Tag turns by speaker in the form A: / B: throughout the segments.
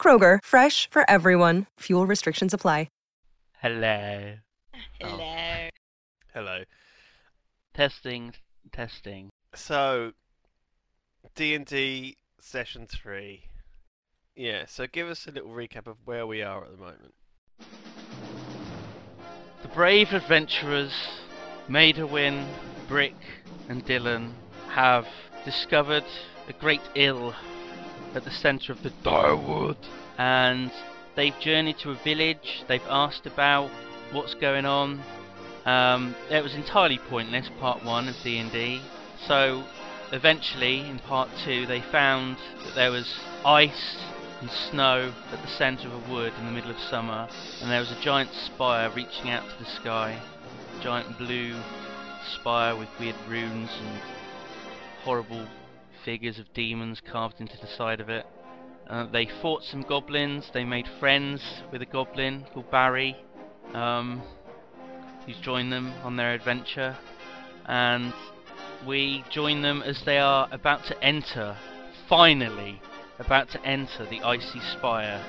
A: Kroger, fresh for everyone. Fuel restrictions apply.
B: Hello. Oh.
C: Hello.
D: Hello.
B: Testing, testing.
D: So, D and D session three. Yeah. So, give us a little recap of where we are at the moment.
B: The brave adventurers, Maidawin, Brick, and Dylan have discovered a great ill at the centre of the Direwood. And they've journeyed to a village, they've asked about what's going on. Um, it was entirely pointless, part one of D&D. So eventually, in part two, they found that there was ice and snow at the centre of a wood in the middle of summer, and there was a giant spire reaching out to the sky, giant blue spire with weird runes and horrible figures of demons carved into the side of it. Uh, they fought some goblins. They made friends with a goblin called Barry, um, who's joined them on their adventure, and we join them as they are about to enter, finally, about to enter the icy spire.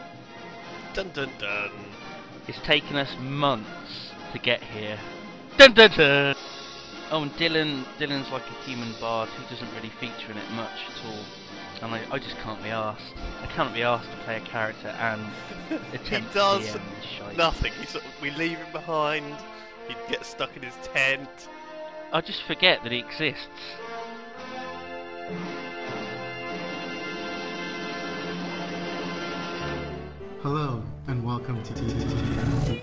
D: Dun dun dun.
B: It's taken us months to get here. Dun dun dun. Oh, and Dylan, Dylan's like a human bard who doesn't really feature in it much at all. And I, I just can't be asked. I can't be asked to play a character and
D: he
B: attempt
D: does
B: DM shite.
D: nothing. He sort of, we leave him behind. He gets stuck in his tent.
B: I just forget that he exists.
E: Hello, and welcome to TTT.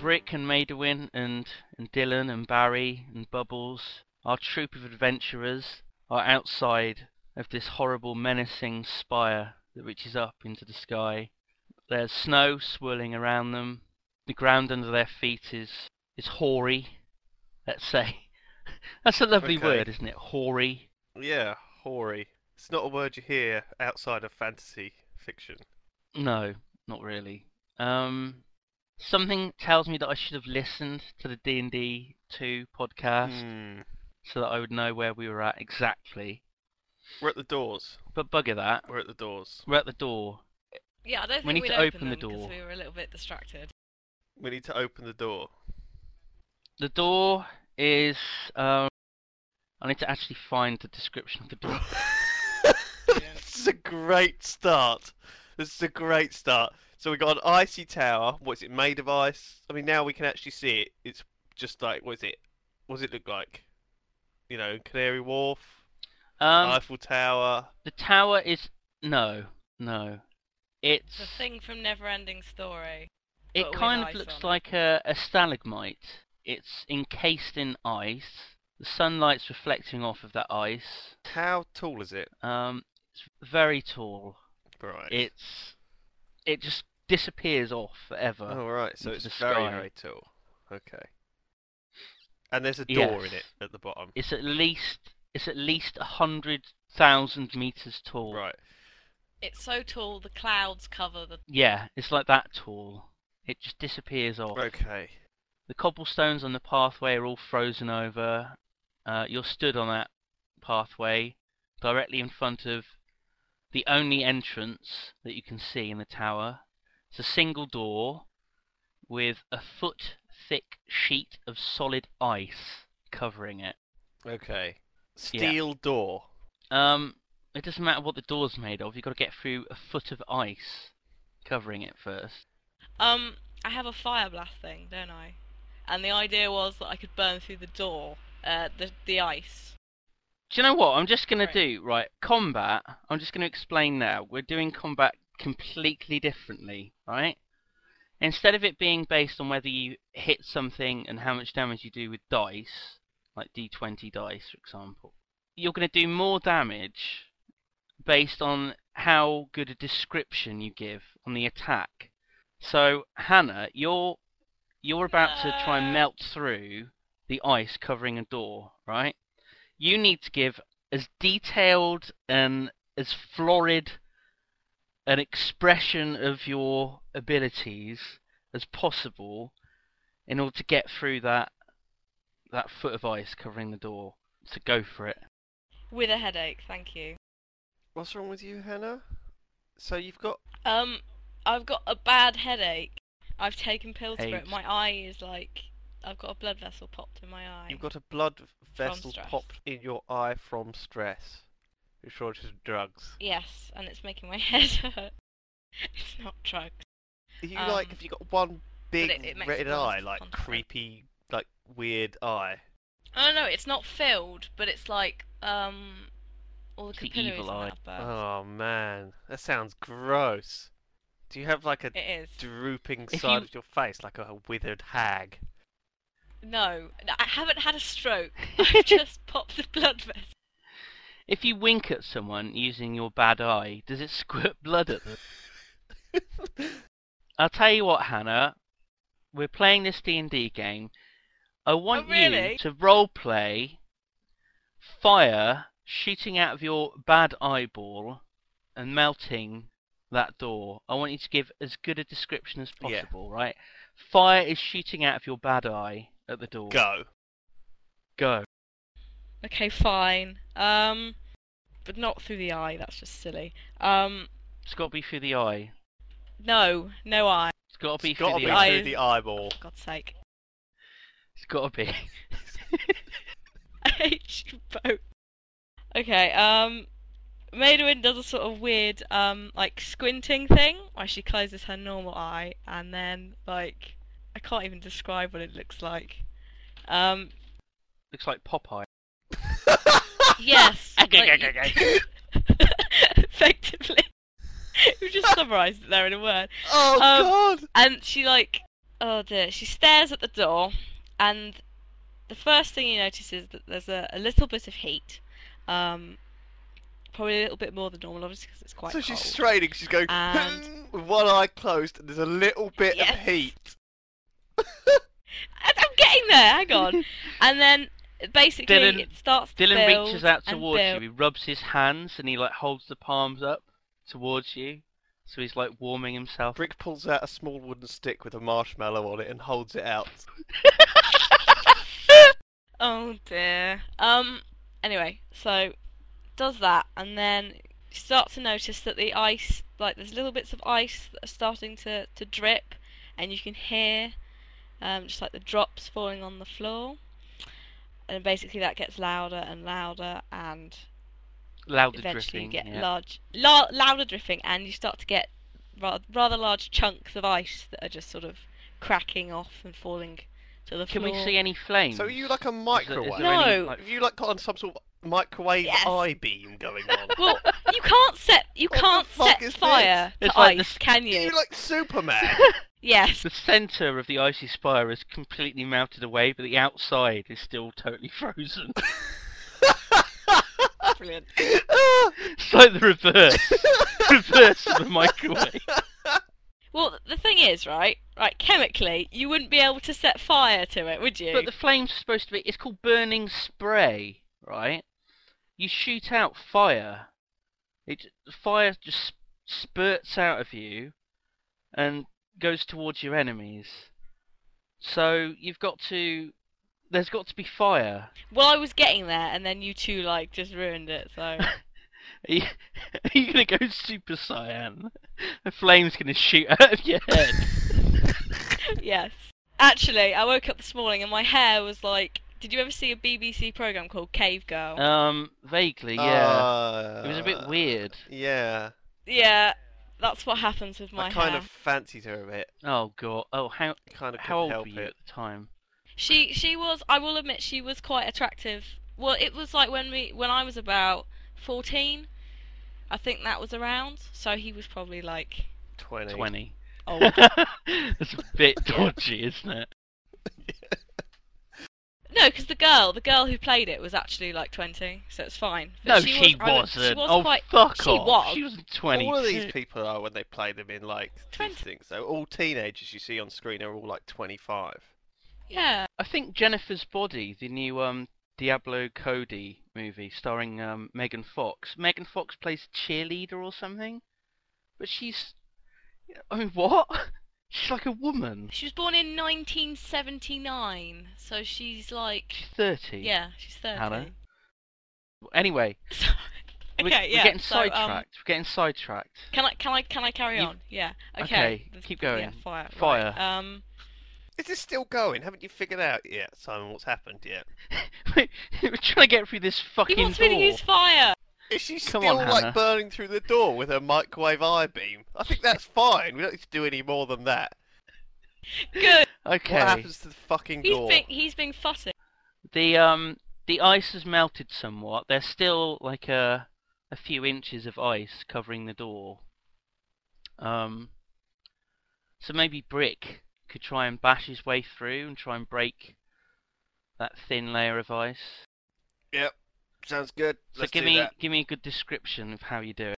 B: Brick and Maidawin and, and Dylan and Barry and Bubbles, our troop of adventurers, are outside of this horrible, menacing spire that reaches up into the sky. There's snow swirling around them. The ground under their feet is, is hoary, let's say. That's a lovely
D: Okay.
B: word, isn't it? Hoary.
D: Yeah, hoary. It's not a word you hear outside of fantasy fiction.
B: No, not really. Um, something tells me that I should have listened to the D&D 2 podcast.
D: Hmm.
B: so that I would know where we were at exactly.
D: We're at the doors.
B: But bugger that.
D: We're at the doors.
B: We're at the door.
C: Yeah, I don't think
B: We need
C: we'd
B: to open the
C: them 'cause
B: door.
C: We were a little bit distracted.
D: We need to open the door.
B: The door is. Um, I need to actually find the description of the door.
D: this is a great start. This is a great start. So we got an icy tower. What's it made of ice? I mean, now we can actually see it. It's just like, what is it? What does it look like? You know, Canary Wharf,
B: Um,
D: Eiffel Tower.
B: the tower is no, no. It's
C: The thing from Neverending Story.
B: it
C: but with
B: kind of
C: ice
B: looks
C: on it.
B: like a, a stalagmite. It's encased in ice. The sunlight's reflecting off of that ice.
D: How tall is it?
B: Um, it's very tall.
D: Right.
B: It's it just disappears off forever.
D: Oh, right. So
B: uh, into
D: it's
B: the
D: very,
B: sky.
D: very tall. Okay. And there's a door in it
B: Yes.
D: at the bottom.
B: It's at least it's at least a hundred thousand meters tall.
D: Right.
C: It's so tall the clouds cover the.
B: Yeah, it's like that tall. It just disappears off.
D: Okay.
B: The cobblestones on the pathway are all frozen over. Uh, you're stood on that pathway, directly in front of the only entrance that you can see in the tower. It's a single door with a foot thick sheet of solid ice covering it.
D: Okay. Steel door.
B: Um, it doesn't matter what the door's made of. You've got to get through a foot of ice covering it first.
C: Um, I have a fire blast thing, don't I? and the idea was that I could burn through the door, uh, the the ice.
B: Do you know what? I'm just going
C: Right.
B: to do, right, combat. I'm just going to explain now. We're doing combat completely differently, right? Instead of it being based on whether you hit something and how much damage you do with dice, like d20 dice, for example, you're going to do more damage based on how good a description you give on the attack. So, Hannah, you're you're about to try and
C: No.
B: melt through the ice covering a door, right? you need to give as detailed and as florid an expression of your abilities as possible in order to get through that that foot of ice covering the door. So go for it.
C: With a headache, thank you.
D: What's wrong with you, Hannah? So you've got
C: Um, I've got a bad headache. I've taken pills for it.
B: Aches.
C: My eye is like, I've got a blood vessel popped in my eye.
D: you've got a blood vessel
C: stress.
D: popped in your eye from stress. You're sure it's just drugs.
C: Yes, and it's making my head hurt. It's not drugs.
D: Are you like
C: Um,
D: have you got one big
C: it- it makes
D: red
C: the blood
D: eye, like
C: contact.
D: creepy, like weird eye?
C: Oh no, it's not filled, but it's like um, all the
B: It's the
C: capillaries
B: evil eye.
C: on the outburst.
D: Oh man, that sounds gross. Do you have like a
C: It is.
D: drooping
B: If
D: side
B: you-
D: of your face, like a withered hag?
C: No, no, I haven't had a stroke. I've just popped the blood vessel.
B: If you wink at someone using your bad eye, does it squirt blood at them? I'll tell you what, Hannah. We're playing this D and D game. I want
D: Oh,
C: really?
B: you to roleplay fire shooting out of your bad eyeball and melting that door. I want you to give as good a description as
D: Yeah.
B: possible, right? Fire is shooting out of your bad eye at the door.
D: Go.
B: Go.
C: Okay, fine. Um, but not through the eye. That's just silly. Um,
B: It's got to be through the eye.
C: no, no eye.
B: It's got to be
D: It's gotta
B: through
D: be
B: the
C: be
B: eye.
D: through
C: eye.
D: the eyeball.
C: For God's sake,
B: It's got to be.
C: I hate you both. Okay. Um, Maidwin does a sort of weird um like squinting thing where she closes her normal eye and then like I can't even describe what it looks like. Um,
B: Looks like Popeye.
C: Yes.
B: Okay,
C: like
B: okay,
C: you- Effectively. you just summarised it there in a word.
D: Oh
C: Um,
D: god!
C: And she like, oh dear, she stares at the door, and the first thing you notice is that there's a, a little bit of heat, um, probably a little bit more than normal, obviously because it's quite
D: So
C: cold.
D: she's straining, she's going
C: And-
D: with one eye closed and there's a little bit
C: Yes.
D: of heat.
C: I- I'm getting there. Hang on. and then basically
B: Dylan-
C: it starts. to
B: Dylan
C: build
B: reaches out
C: and
B: towards
C: build.
B: you. He rubs his hands and he like holds the palms up towards you, so he's like warming himself.
D: Brick pulls out a small wooden stick with a marshmallow on it and holds it out.
C: Oh dear. Um. Anyway, so does that, and then you start to notice that the ice, like there's little bits of ice that are starting to to drip, and you can hear, um, just like the drops falling on the floor, and basically that gets louder and louder, and
B: Louder
C: eventually
B: dripping.
C: you get
B: yeah.
C: large, la- louder dripping, and you start to get rather, rather large chunks of ice that are just sort of cracking off and falling to the
B: Can
C: floor.
B: we see any flames?
D: So are you like a
B: Is there-
D: microwave?
B: Is there any,
C: No.
B: like-
D: Have you like got on some sort of microwave
C: Yes.
D: eye beam going on?
C: Well, you can't set you
D: What the
C: can't
D: fuck
C: set
D: is
C: fire
B: this?
C: to
B: It's like
C: ice,
B: this-
C: can
D: Are
C: you?
D: you like Superman?
C: Yes.
B: the centre of the icy spire is completely melted away, but the outside is still totally frozen.
C: Brilliant.
B: it's like the reverse, reverse of the microwave.
C: Well, the thing is, right? Right, chemically, you wouldn't be able to set fire to it, would you?
B: But the flames are supposed to be. It's called burning spray, right? You shoot out fire. It fire just spurts out of you, and goes towards your enemies. So you've got to. There's got to be fire.
C: Well, I was getting there, and then you two like just ruined it. So
B: Are you, are you gonna go super cyan? The flame's gonna shoot out of your head.
C: yes. Actually, I woke up this morning and my hair was like. Did you ever see a BBC program called Cave Girl?
B: um, vaguely, yeah. it was a
D: Uh,
B: bit weird.
D: Yeah,
C: yeah, that's what happens with my
D: I kind
C: hair.
D: of fancied her a bit.
B: Oh god. Oh how
D: Kind of
B: how
D: couldn't
B: old were
D: help
B: you
D: it.
B: at the time?
C: She she was. I will admit, she was quite attractive. Well, it was like when we when I was about fourteen. I think that was around. So he was probably like
D: 20.
B: 20.
C: old.
B: That's a bit dodgy, isn't it?
C: no, because the girl, the girl who played it, was actually like twenty, so it's fine.
B: No,
C: But
B: she,
C: I don't-
B: was,
C: She
B: not
C: was
B: oh,
C: quite.
B: fuck
C: she
B: off.
C: was.
B: She wasn't
D: Well,
B: 20.
D: all of these people are when they play them in like these
C: 20.
D: things. So all teenagers you see on screen are all like 25.
C: Yeah.
B: I think Jennifer's Body, the new um, Diablo Cody movie starring um, Megan Fox. Megan Fox plays cheerleader or something, but she's. I mean, what? She's like a woman.
C: She was born in 1979, so she's like,
B: She's 30.
C: yeah, she's 30.
B: Hannah. Anyway,
C: So- okay,
B: we're,
C: yeah.
B: we're getting
C: so, um,
B: sidetracked. we're getting sidetracked.
C: Can I can I can I carry
B: You-
C: on? Yeah.
B: okay,
C: Okay. This-
B: keep
C: Yeah,
B: going.
C: fire. right.
B: Fire.
C: Um.
D: Is this still going? Haven't you figured out yet, Simon, what's happened yet?
B: we're trying to get through this
C: He
B: fucking
C: wants
B: door.
C: me to use fire.
D: Is she
B: Come
D: still
B: on, Hannah.
D: like burning through the door with her microwave eye beam? I think that's fine. We don't need to do any more than that.
C: Good.
B: okay.
D: What happens to the fucking
C: He's
D: door?
C: being he's being fussy.
B: The um the ice has melted somewhat. There's still like a a few inches of ice covering the door. Um so maybe Brick could try and bash his way through and try and break that thin layer of ice.
D: Yep. Sounds good.
B: So
D: Let's
B: give
D: do
B: me
D: that.
B: give me a good description of how you do it.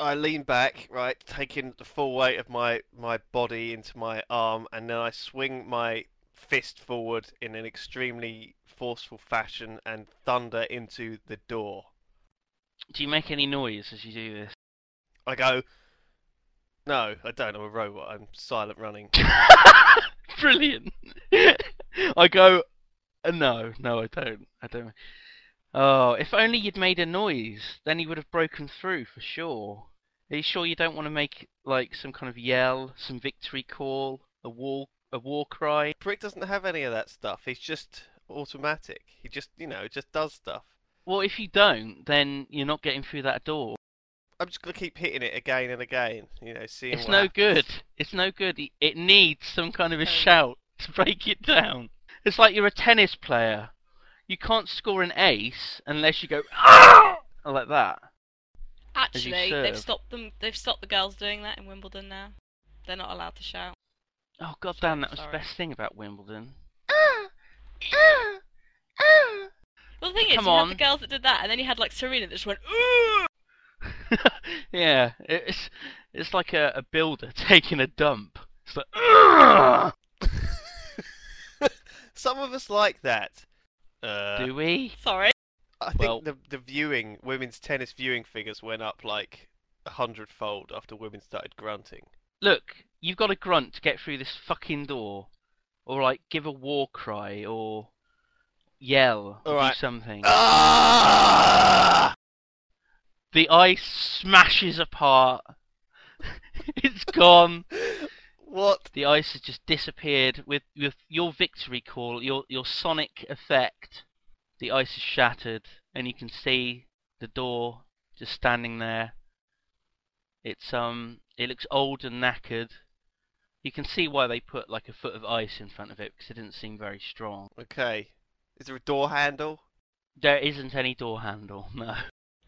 D: I lean back, right, taking the full weight of my my body into my arm, and then I swing my fist forward in an extremely forceful fashion and thunder into the door.
B: Do you make any noise as you do this?
D: I go. No, I don't. I'm a robot. I'm silent running.
B: Brilliant. I go, "Uh, no, no, I don't. I don't. Oh, if only you'd made a noise, then he would have broken through for sure. Are you sure you don't want to make like some kind of yell, some victory call, a war, a war cry?
D: Brick doesn't have any of that stuff. He's just automatic. He just, you know, just does stuff.
B: Well, if you don't, then you're not getting through that door.
D: I'm just gonna keep hitting it again and again. You know, seeing.
B: It's
D: what
B: no
D: happens.
B: good. It's no good. It- It needs some kind of a
C: Oh.
B: shout to break it down. It's like you're a tennis player. You can't score an ace unless you go ah like that.
C: Actually,
B: serve.
C: they've stopped them. They've stopped the girls doing that in Wimbledon now. They're not allowed to shout.
B: Oh god damn, that was
C: Sorry.
B: the best thing about Wimbledon.
D: Ah!
C: Well, the thing is,
B: Come
C: you
B: on.
C: had the girls that did that, and then you had like Serena that just went. "Ooh."
B: yeah, it's it's like a, a builder taking a dump. It's like
D: Ah!
B: "Ugh!"
D: Some of us like that. Uh,
B: "Ah!" do we?
C: Sorry.
D: I think
B: Well-
D: the the viewing women's tennis viewing figures went up like a hundredfold after women started grunting.
B: Look, you've got to grunt to get through this fucking door, or like give a war cry, or yell, or
D: Alright.
B: do something.
D: Ah!
B: The ice smashes apart. it's gone.
D: What?
B: The ice has just disappeared with with your victory call, your your sonic effect. The ice is shattered, and you can see the door just standing there. It's um, it looks old and knackered. You can see why they put like a foot of ice in front of it because it didn't seem very strong.
D: Okay. Is there a door handle?
B: There isn't any door handle, no.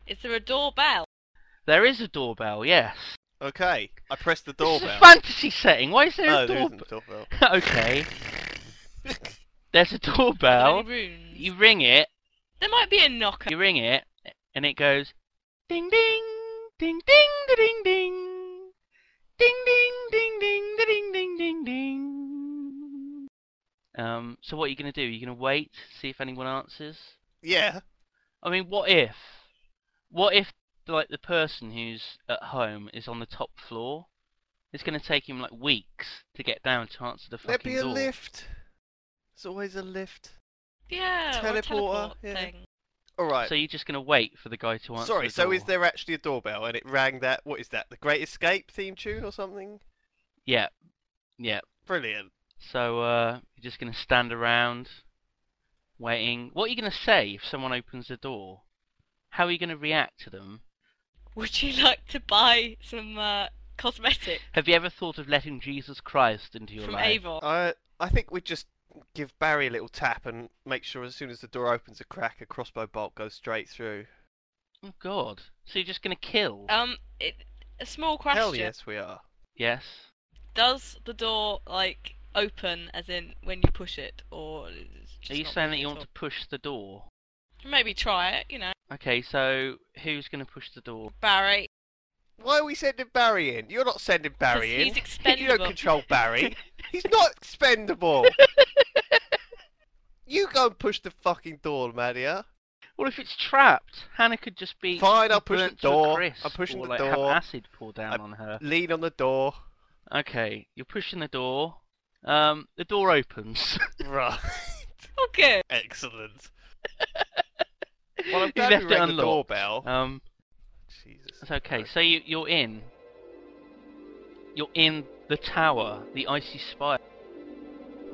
C: Is there a doorbell?
B: There is a doorbell, yes.
D: Okay. I press the
B: This is
D: doorbell.
B: a fantasy setting. Why is there
D: no,
B: a
D: there
B: doorbell?
D: isn't a doorbell.
B: okay. There's a
C: Are
B: doorbell.
C: there any runes?
B: You ring it.
C: There might be a knocker.
B: You ring it, and it goes ding ding ding ding da ding ding ding ding ding ding da ding ding ding ding. Um. So what are you gonna do? Are you gonna wait, see if anyone answers?
D: yeah.
B: I mean, what if? What if like the person who's at home is on the top floor? It's gonna take him like weeks to get down to answer the
D: There'd
B: fucking
D: be a
B: door.
D: lift. There's always a lift.
C: Yeah. or a
D: Teleporter,
C: teleport
D: yeah.
C: thing.
D: All right.
B: So you're just gonna wait for the guy to answer.
D: Sorry,
B: the
D: so is
B: door?
D: there actually a doorbell and it rang that what is that? The Great Escape theme tune or something?
B: Yeah. Yeah.
D: Brilliant.
B: So uh, you're just going to stand around, waiting. What are you going to say if someone opens the door? How are you going to react to them?
C: Would you like to buy some uh, cosmetic
B: Have you ever thought of letting Jesus Christ into your
C: from
B: life?
C: Avon?
D: I I think we just give Barry a little tap and make sure as soon as the door opens a crack, a crossbow bolt goes straight through.
B: Oh god. So you're just gonna kill?
C: Um, it, a small question.
D: Hell yes, we are.
B: yes.
C: Does the door like open as in when you push it, or? is it just
B: Are you
C: not
B: saying that
C: moving
B: you
C: at
B: want to push the door?
C: all? Maybe try it. You know,
B: Okay, so who's gonna push the door?
C: Barry.
D: Why are we sending Barry in? You're not sending Barry
C: 'Cause he's
D: in. You don't
C: expendable.
D: control Barry. he's not expendable. you go and push the fucking door, Maria.
B: Well, if it's trapped, Hannah could just be
D: Fine, I'll push the
B: burnt to a
D: door.
B: crisp
D: I'm pushing
B: or,
D: the
B: like,
D: door.
B: Have acid pour down
D: I'm-
B: on her.
D: Lean on the door.
B: Okay, you're pushing the door. Um, the door opens.
D: Right.
C: Okay.
D: Excellent. Well, I'm
B: you
D: glad
B: left
D: we
B: it
D: rang the
B: unlocked.
D: doorbell.
B: Um,
D: Jesus.
B: it's okay.
D: Christ.
B: So you, you're in. You're in the tower, the icy spire.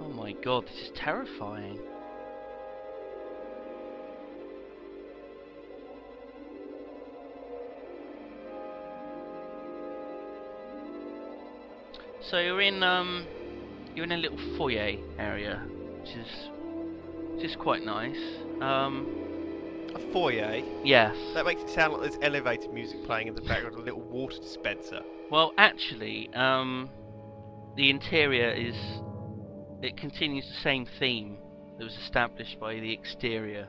B: Oh my god, this is terrifying. So you're in um, you're in a little foyer area, which is which is quite nice. Um,
D: A foyer.
B: yes.
D: That makes it sound like there's elevated music playing in the background, a little water dispenser.
B: Well, actually, um, the interior is. It continues the same theme that was established by the exterior,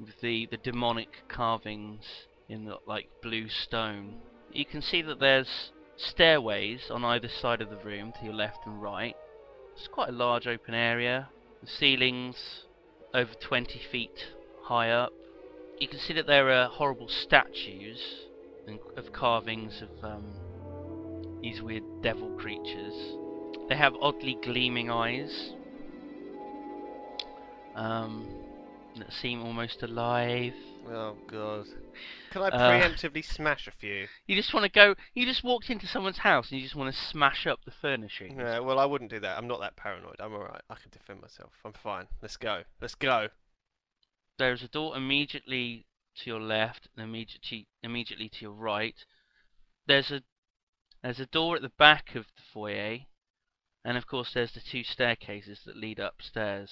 B: with the the demonic carvings in the like blue stone. You can see that there's stairways on either side of the room to your left and right. It's quite a large open area. The ceilings over 20 feet high up. You can see that there are horrible statues and of carvings of um, these weird devil creatures. They have oddly gleaming eyes um, that seem almost alive.
D: Oh god. Can I
B: Uh,
D: preemptively smash a few?
B: You just want to go. You just walked into someone's house and you just want to smash up the furnishings.
D: No, well I wouldn't do that. I'm not that paranoid. I'm alright. I can defend myself. I'm fine. Let's go. Let's go.
B: There is a door immediately to your left and immediately immediately to your right. There's a there's a door at the back of the foyer, and of course there's the two staircases that lead upstairs.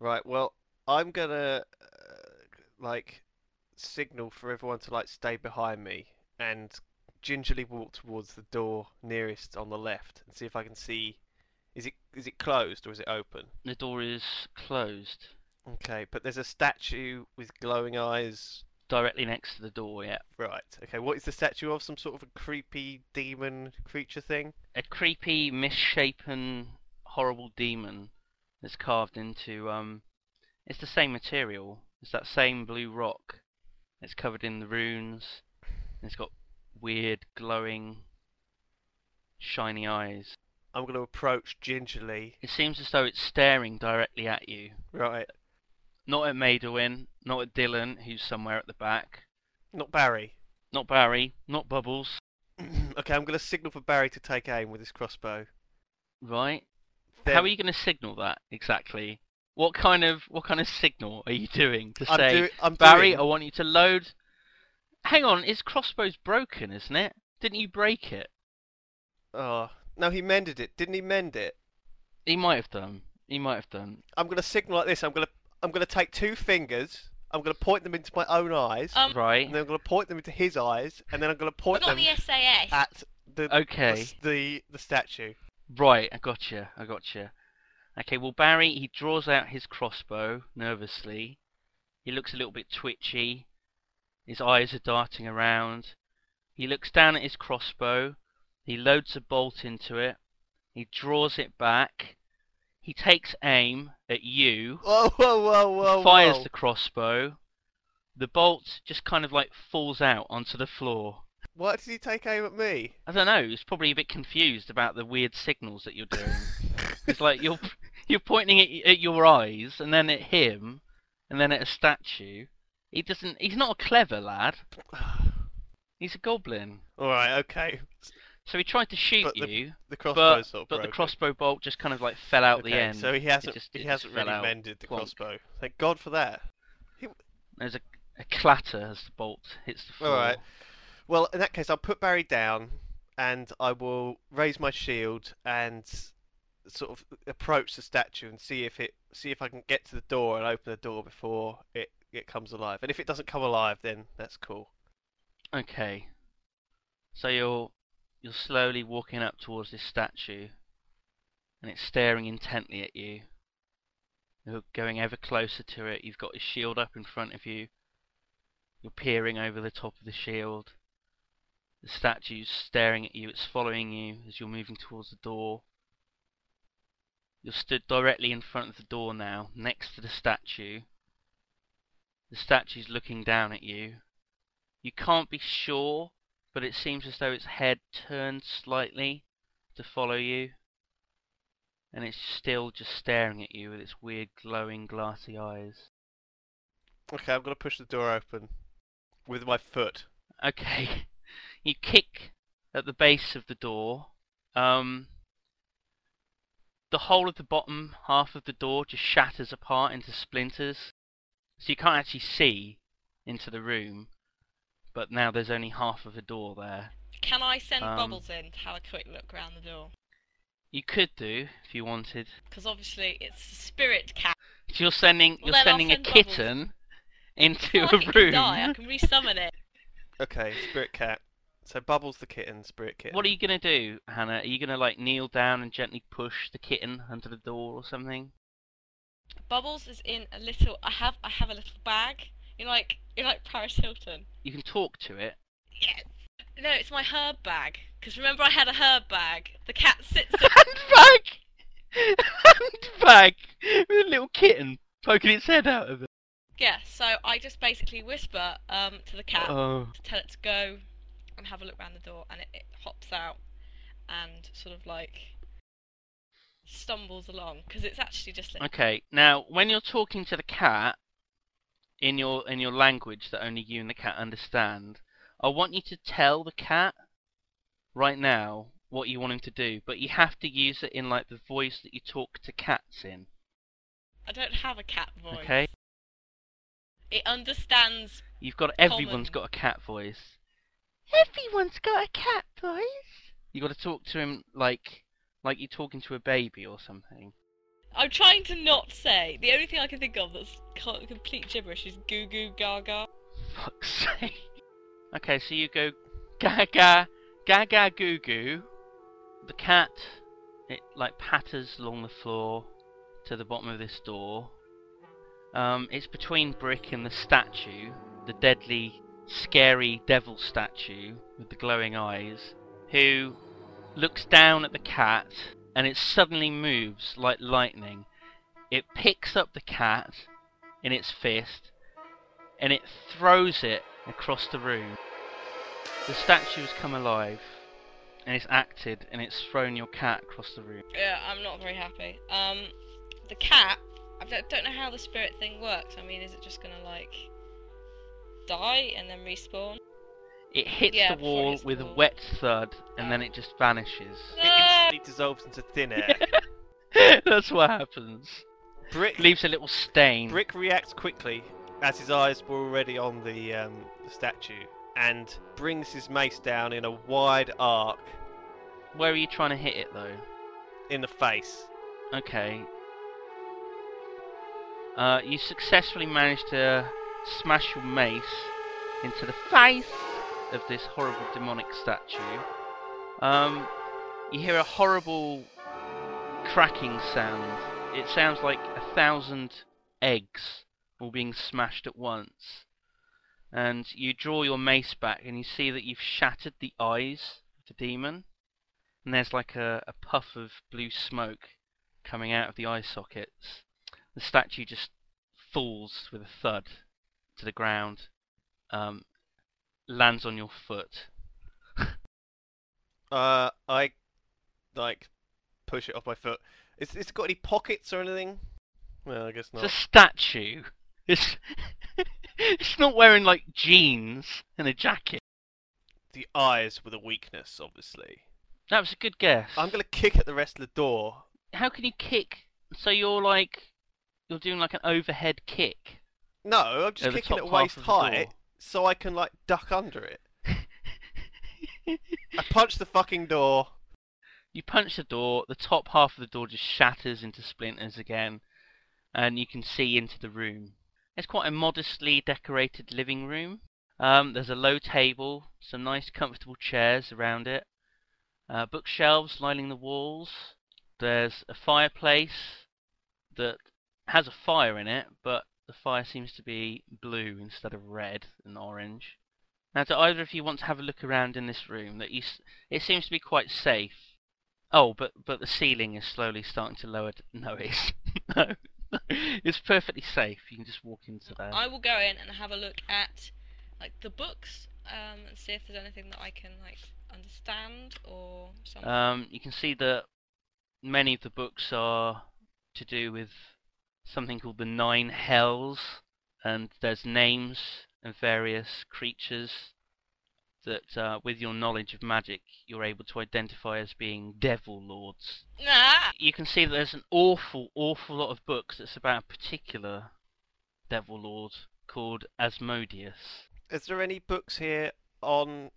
D: Right. Well, I'm gonna uh, like signal for everyone to like stay behind me and gingerly walk towards the door nearest on the left and see if I can see. Is it is it closed or is it open?
B: The door is closed
D: Okay, but there's a statue with glowing eyes.
B: directly next to the door. Yeah,
D: Right. Okay. What is the statue of? Some sort of a creepy demon creature thing?
B: a creepy, misshapen, horrible demon that's carved into um it's the same material. It's that same blue rock. It's covered in the runes. And it's got weird glowing shiny eyys.
D: I'm gonna approach gingerly.
B: It seems as though it's staring directly at you.
D: Right.
B: Not at Maidowin, not at Dylan, who's somewhere at the back.
D: Not Barry.
B: Not Barry, not Bubbles.
D: okay. I'm gonna signal for Barry to take aim with his crossbow.
B: Right?
D: Then-
B: How are you going to signal that exactly? What kind of what kind of signal are you doing to
D: I'm
B: say,
D: do- I'm
B: Barry,
D: doing-
B: I want you to load? Hang on, his crossbow's broken, isn't it? Didn't you break it?
D: Oh, no, he mended it. Didn't he mend it?
B: He might have done. He might have done.
D: I'm gonna signal like this. I'm gonna, I'm gonna take two fingers. I'm gonna point them into my own eyes,
C: Um,
B: right?
D: and then I'm gonna point them into his eyes, and then I'm gonna point
C: Not
D: them
C: the SAS.
D: at the the
B: Okay.
D: s- the, the statue.
B: Right, I gotcha, I gotcha. Okay, well, Barry, he draws out his crossbow nervously. He looks a little bit twitchy. His eyes are darting around. He looks down at his crossbow. He loads a bolt into it. He draws it back. He takes aim at you.
D: Whoa, whoa, whoa, whoa!
B: fires
D: whoa.
B: the crossbow. The bolt just kind of like falls out onto the floor.
D: Why did he take aim at me?
B: I don't know. He's probably a bit confused about the weird signals that you're doing. it's like you're you're pointing at, at your eyes, and then at him, and then at a statue. He doesn't. He's not a clever lad. He's a goblin.
D: All right, okay.
B: So he tried to shoot
D: But the
B: you,
D: The
B: but,
D: crossbow's sort of
B: but the
D: broken.
B: crossbow bolt just kind of like fell out
D: okay,
B: the end.
D: So he
B: It
D: hasn't,
B: just- it
D: he
B: just
D: hasn't
B: fell
D: really
B: out.
D: mended the
B: Clonk.
D: crossbow. Thank God for that.
B: There's a, a clatter as the bolt hits the floor.
D: All right. Well, in that case, I'll put Barry down, and I will raise my shield and sort of approach the statue and see if it see if I can get to the door and open the door before it it comes alive. And if it doesn't come alive, then that's cool.
B: Okay. So you're you're slowly walking up towards this statue, and it's staring intently at you. You're going ever closer to it. You've got your shield up in front of you. You're peering over the top of the shield. The statue's staring at you. It's following you as you're moving towards the door. You're stood directly in front of the door now, next to the statue. The statue's looking down at you. You can't be sure, but it seems as though its head turned slightly to follow you. And it's still just staring at you with its weird glowing glassy eyes.
D: Okay, I'm gonna push the door open with my foot.
B: Okay. You kick at the base of the door. Um the whole of the bottom half of the door just shatters apart into splinters. So you can't actually see into the room, but now there's only half of the door there.
C: Can I send
B: Um,
C: Bubbles in to have a quick look round the door?
B: You could do if you wanted.
C: Because obviously it's a spirit cat.
B: So you're sending
C: Well,
B: you're
C: then I'll
B: sending a
C: send Bubbles.
B: kitten into
C: It's not
B: a
C: like it can
B: room.
C: die, I can resummon it.
D: Okay, spirit cat. So Bubbles the kitten, spirit kitten.
B: What are you gonna do, Hannah? Are you gonna like kneel down and gently push the kitten under the door or something?
C: Bubbles is in a little. I have. I have a little bag. You're like. You're like Paris Hilton.
B: You can talk to it.
C: Yeah. No, it's my herb bag. Because remember, I had a herb bag. The cat sits. in
B: Handbag! Handbag! With a little kitten poking its head out of it.
C: Yeah. So I just basically whisper um to the cat
B: Oh.
C: to tell it to go and have a look round the door, and it, it hops out and sort of like stumbles along because it's actually just. Like,
B: Okay. Now, when you're talking to the cat in your in your language that only you and the cat understand, I want you to tell the cat right now what you want him to do, but you have to use it in like the voice that you talk to cats in.
C: I don't have a cat voice.
B: Okay.
C: It understands.
B: You've got everyone's
C: Common.
B: got a cat voice. Everyone's got a cat voice. You got to talk to him like like you're talking to a baby or something.
C: I'm trying to not say. The only thing I can think of that's co- complete gibberish is goo goo gaga.
B: Fuck's sake. Okay, so you go gaga, gaga goo goo. The cat, it like patters along the floor to the bottom of this door. Um, it's between Brick and the statue, the deadly, scary devil statue with the glowing eyes, who looks down at the cat and it suddenly moves like lightning. It picks up the cat in its fist and it throws it across the room. The statue has come alive, and it's acted, and it's thrown your cat across the room.
C: Yeah, I'm not very happy. Um, the cat. I don't, don't know how the spirit thing works. I mean, is it just gonna like die and then respawn?
B: It hits
C: Yeah,
B: the
C: before it
B: wall
C: hits the
B: with a
C: wall.
B: wet thud, and then it just vanishes.
C: No!
D: It instantly dissolves into thin air.
B: That's what happens.
D: Brick
B: It leaves a little stain.
D: Brick reacts quickly as his eyes were already on the, um, the statue and brings his mace down in a wide arc
B: Where are you trying to hit it though?
D: in the face.
B: Okay. Uh, you successfully managed to smash your mace into the face of this horrible demonic statue. Um, you hear a horrible cracking sound. It sounds like a thousand eggs all being smashed at once. And you draw your mace back and you see that you've shattered the eyes of the demon. And there's like a, a puff of blue smoke coming out of the eye sockets. The statue just falls with a thud to the ground, um, lands on your foot.
D: Uh, I like push it off my foot. Is it's got any pockets or anything? Well, I guess not.
B: It's a statue. It's it's not wearing like jeans and a jacket.
D: The eyes were the weakness, obviously.
B: That was a good guess.
D: I'm gonna kick at the rest of the door.
B: How can you kick? So you're like you're doing like an overhead kick.
D: No, I'm just
B: At the top
D: kicking at
B: half
D: waist
B: of the
D: height
B: door.
D: so I can like duck under it. I punch the fucking door.
B: You punch the door, the top half of the door just shatters into splinters again, and you can see into the room. It's quite a modestly decorated living room. Um, there's a low table, some nice comfortable chairs around it, uh, bookshelves lining the walls. There's a fireplace that has a fire in it, but the fire seems to be blue instead of red and orange. Now, do either of you want to have a look around in this room? That you, s- it seems to be quite safe. Oh, but but the ceiling is slowly starting to lower. D- no, it's no, it's perfectly safe. You can just walk into there.
C: I will go in and have a look at like the books um, and see if there's anything that I can like understand or something.
D: Uh.
B: Um, you can see that many of the books are to do with something called the Nine Hells, and there's names and various creatures that, uh, with your knowledge of magic, you're able to identify as being devil lords.
C: Ah!
B: You can see that there's an awful, awful lot of books that's about a particular devil lord called Asmodeus.
D: Is there any books here on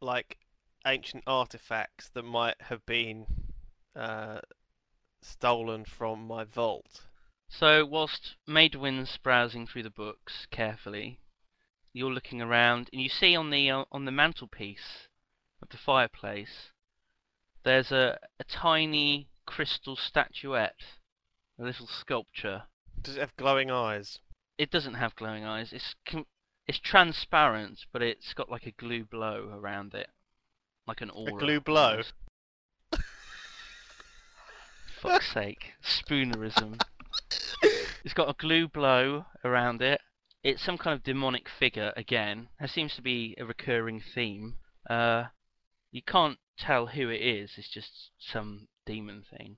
D: like ancient artifacts that might have been uh, stolen from my vault?
B: So, whilst Maidwin's browsing through the books carefully, you're looking around, and you see on the uh, on the mantelpiece of the fireplace, there's a, a tiny crystal statuette, a little sculpture.
D: Does it have glowing eyes?
B: It doesn't have glowing eyes. It's com- it's transparent, but it's got like a glue blow around it, like an aura.
D: glue blow?
B: almost. Fuck's sake, spoonerism. It's got a glue blow around it. It's some kind of demonic figure again. There seems to be a recurring theme. Uh, you can't tell who it is. It's just some demon thing.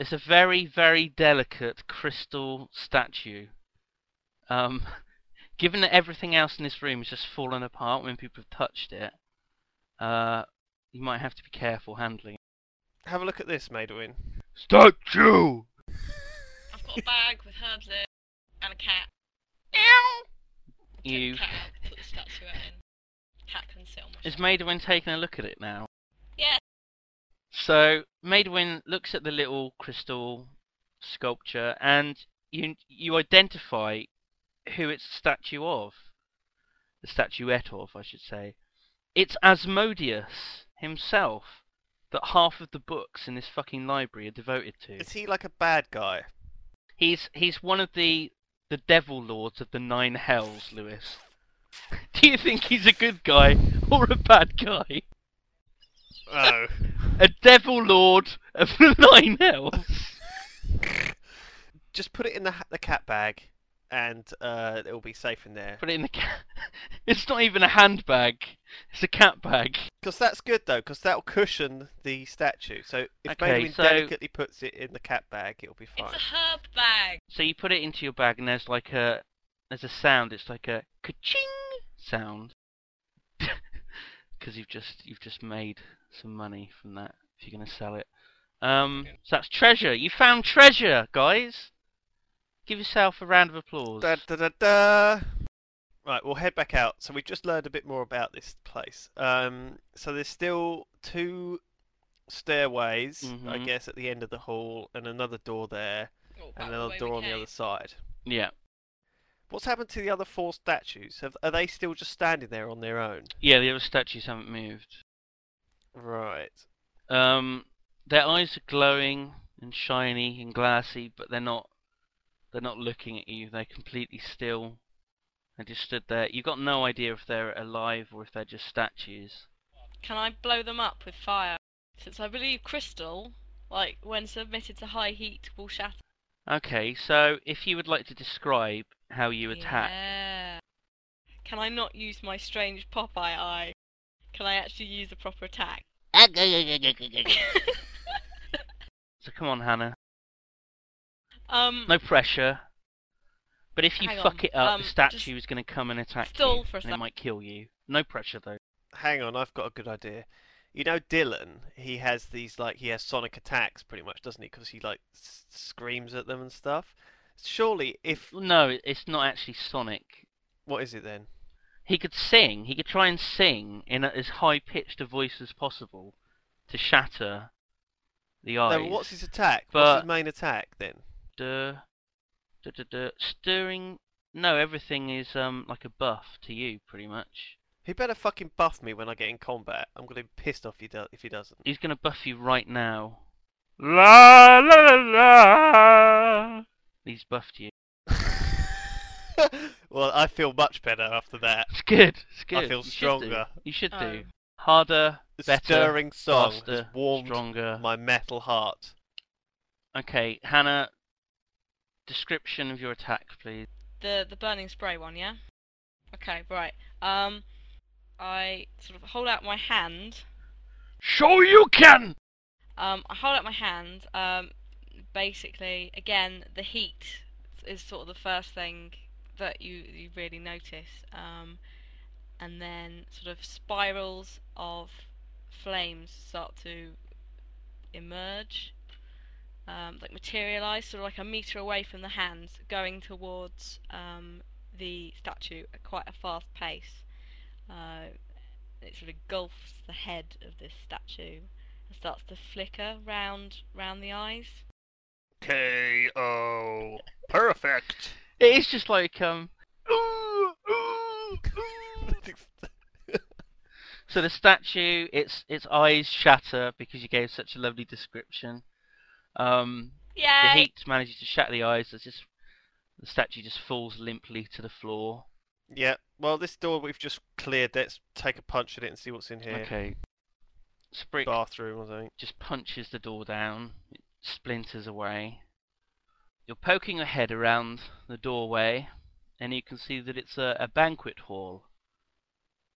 B: It's a very, very delicate crystal statue. Um, given that everything else in this room has just fallen apart when people have touched it, uh, you might have to be careful handling it.
D: Have a look at this, Maidwin.
B: Statue!
C: I've got a bag with herbs in and a cat. Meow. Take the
B: You
C: cat out, put the statuette in. Cat can sit on my.
B: is
C: shoulder.
B: Maidwin taking a look at it now?
C: Yeah.
B: So Maidwin looks at the little crystal sculpture, and you you identify who it's a statue of, the statuette of, I should say. It's Asmodeus himself that half of the books in this fucking library are devoted to.
D: Is he like a bad guy?
B: He's he's one of the the devil lords of the nine hells, Lewis. Do you think he's a good guy or a bad guy?
D: Oh.
B: A devil lord of the nine hells.
D: Just put it in the ha- the cat bag, and uh, it'll be safe in there.
B: Put it in the cat. It's not even a handbag. It's a cat bag.
D: Because that's good though, because that'll cushion the statue. So if
B: Okay,
D: Maidwin
B: so-
D: delicately puts it in the cat bag, it'll be
C: It's
D: fine.
C: a herb bag.
B: So you put it into your bag, and there's like a there's a sound. It's like a ka-ching sound. Because you've just you've just made some money from that. If you're gonna sell it, um, so that's treasure. You found treasure, guys. Give yourself a round of applause.
D: Da, da, da, da. Right, we'll head back out. So we just learned a bit more about this place. Um, so there's still two stairways, I
B: Mhm.
D: guess, at the end of the hall, and another door there,
C: Oh, back
D: and
C: the
D: another
C: way we
D: door on the other
C: came.
D: side.
B: Yeah,
D: What's happened to the other four statues? Have, are they still just standing there on their own?
B: yeah. The other statues haven't moved.
D: Right.
B: Um, their eyes are glowing and shiny and glassy, but they're not. They're not looking at you. They're completely still. They just stood there. You've got no idea if they're alive or if they're just statues.
C: Can I blow them up with fire? Since I believe crystal, like when submitted to high heat, will shatter.
B: Okay, so if you would like to describe how you attack,
C: Yeah. Can I not use my strange Popeye eye? Can I actually use a proper attack?
B: so come on, Hannah.
C: um,
B: No pressure. But if you
C: Hang
B: fuck
C: on,
B: it up,
C: um,
B: the
C: just
B: statue is going to come and attack
C: stall
B: you,
C: for a
B: and it
C: sec.
B: might kill you. No pressure though.
D: Hang on, I've got a good idea. You know Dylan, he has these like he has sonic attacks pretty much, doesn't he? Because he like s- screams at them and stuff. Surely, if
B: No, it- it's not actually Sonic.
D: what is it then?
B: he could sing. He could try and sing in a- as high pitched a voice as possible to shatter the eyes.
D: No, what's his attack?
B: But-
D: What's his main attack then?
B: Duh, duh, duh, duh. Stirring. No, everything is um like a buff to you, pretty much.
D: He better fucking buff me when I get in combat. I'm gonna be pissed off if he, do- if he doesn't.
B: He's gonna buff you right now. La la la la. He's buffed you.
D: well, I feel much better after that.
B: It's good. It's good.
D: I feel
B: You should do.
D: stronger.
B: You should do.
C: Oh.
B: Harder,
D: The
B: better,
D: stirring song has
B: faster,
D: warmed
B: stronger.
D: My metal heart.
B: Okay, Hannah. Description of your attack, please.
C: The the burning spray one, yeah. Okay, right. Um, I sort of hold out my hand.
B: Show you can.
C: Um, I hold out my hand. Um, basically, again, the heat is sort of the first thing that you you really notice. Um, and then sort of spirals of flames start to emerge, um, like materialize, sort of like a meter away from the hand, going towards um, the statue at quite a fast pace. Uh, it sort of engulfs the head of this statue and starts to flicker round round the eyes.
D: K.O. Perfect.
B: It is just like um. So the statue, its its eyes shatter because you gave such a lovely description. Um, the
C: Yay!
B: heat manages to shatter the eyes. It's just the statue just falls limply to the floor.
D: yeah. Well, this door we've just cleared. Let's take a punch at it and see what's in here.
B: Okay. Sprick
D: Bathroom or something.
B: just punches the door down. It splinters away. You're poking your head around the doorway, and you can see that it's a, a banquet hall.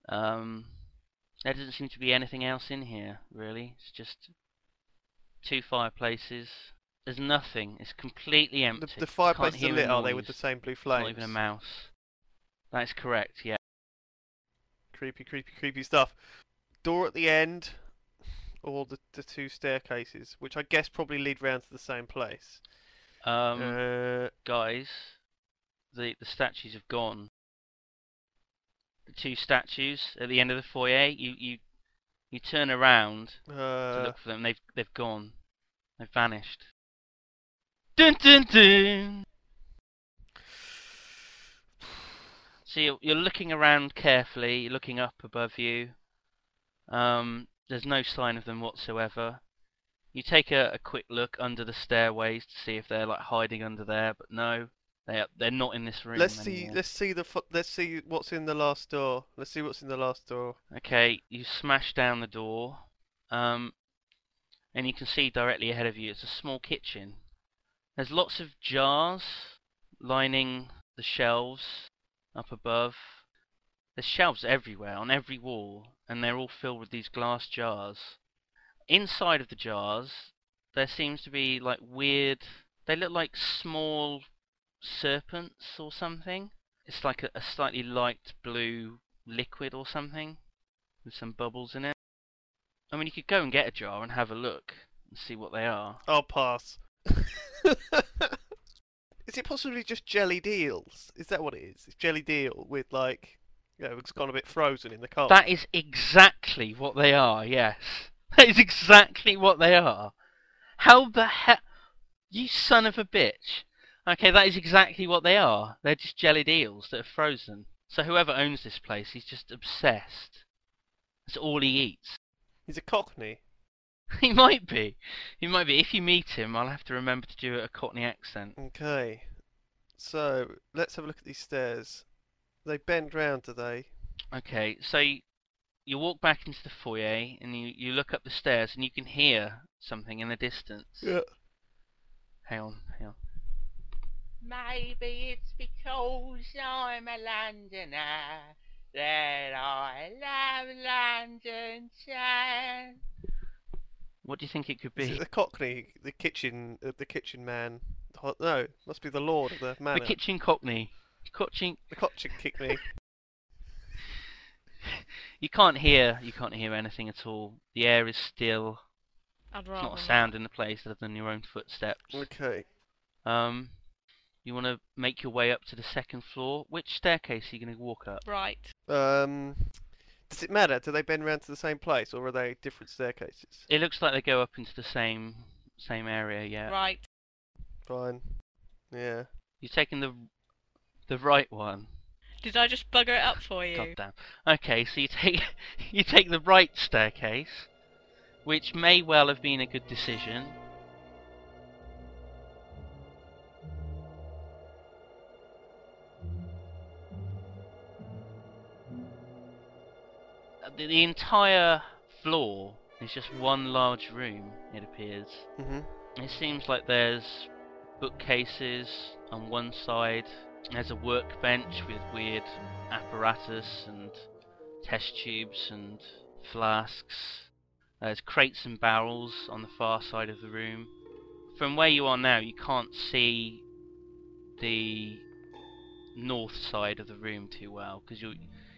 B: Um, there doesn't seem to be anything else in here, really. It's just two fireplaces. There's nothing. It's completely empty.
D: The, the
B: You can't
D: fireplace are
B: hear a
D: lit, are they, with the
B: noise,
D: same blue flames?
B: Not even a mouse. That is correct. Yeah.
D: creepy, creepy, creepy stuff. Door at the end, or the, the two staircases, which I guess probably lead round to the same place.
B: Um,
D: uh,
B: guys, the the statues have gone. The two statues at the end of the foyer. You you you turn around to
D: uh,
B: look for them. They've they've gone. They've vanished. Dun dun dun. So you're, you're looking around carefully. You're looking up above you. Um, there's no sign of them whatsoever. You take a, a quick look under the stairways to see if they're like hiding under there, but no, they are, they're not in this room.
D: let's see.
B: anymore.
D: Let's see the. Fo- let's see what's in the last door. Let's see what's in the last door.
B: Okay, you smash down the door, um, and you can see directly ahead of you it's a small kitchen. There's lots of jars lining the shelves up above. There's shelves everywhere, on every wall, and they're all filled with these glass jars. Inside of the jars, there seems to be like weird. They look like small serpents or something. It's like a, a slightly light blue liquid or something with some bubbles in it. I mean, you could go and get a jar and have a look and see what they are.
D: I'll pass. is it possibly just jelly deals? Is that what it is? It's jelly deal with like, you know, it's gone a bit frozen in the car.
B: That is exactly what they are, yes. That is exactly what they are. How the hell. You son of a bitch. Okay, that is exactly what they are. They're just jellied eels that are frozen. So whoever owns this place, he's just obsessed. That's all he eats.
D: He's a cockney.
B: He might be. He might be. If you meet him, I'll have to remember to do a Cockney accent.
D: Okay. So let's have a look at these stairs. They bend round, do they?
B: Okay, so you, you walk back into the foyer and you, you look up the stairs and you can hear something in the distance. Hang on, hang on.
F: Maybe it's because I'm a Londoner that I love London town.
B: What do you think it could
D: Is it
B: be?
D: the cockney, the kitchen, uh, the kitchen man? Ho- No, must be the lord of the manor.
B: The kitchen cockney. Coaching.
D: The kitchen cockney.
B: You can't hear. You can't hear anything at all. The air is still.
C: I'd
B: There's
C: rather
B: not a sound in the place other than your own footsteps.
D: okay.
B: Um, you want to make your way up to the second floor. Which staircase are you going to walk up?
C: Right.
D: Um, does it matter? Do they bend round to the same place, or are they different staircases?
B: It looks like they go up into the same same area, yeah.
C: Right.
D: Fine. Yeah.
B: You're taking the the right one.
C: Did I just bugger it up for you?
B: God damn. Okay, so you take you take the right staircase, which may well have been a good decision. Uh, The, the entire floor is just one large room, it appears.
D: Mhm.
B: It seems like there's bookcases on one side. There's a workbench with weird apparatus and test tubes and flasks. Uh, There's crates and barrels on the far side of the room. From where you are now, you can't see the north side of the room too well because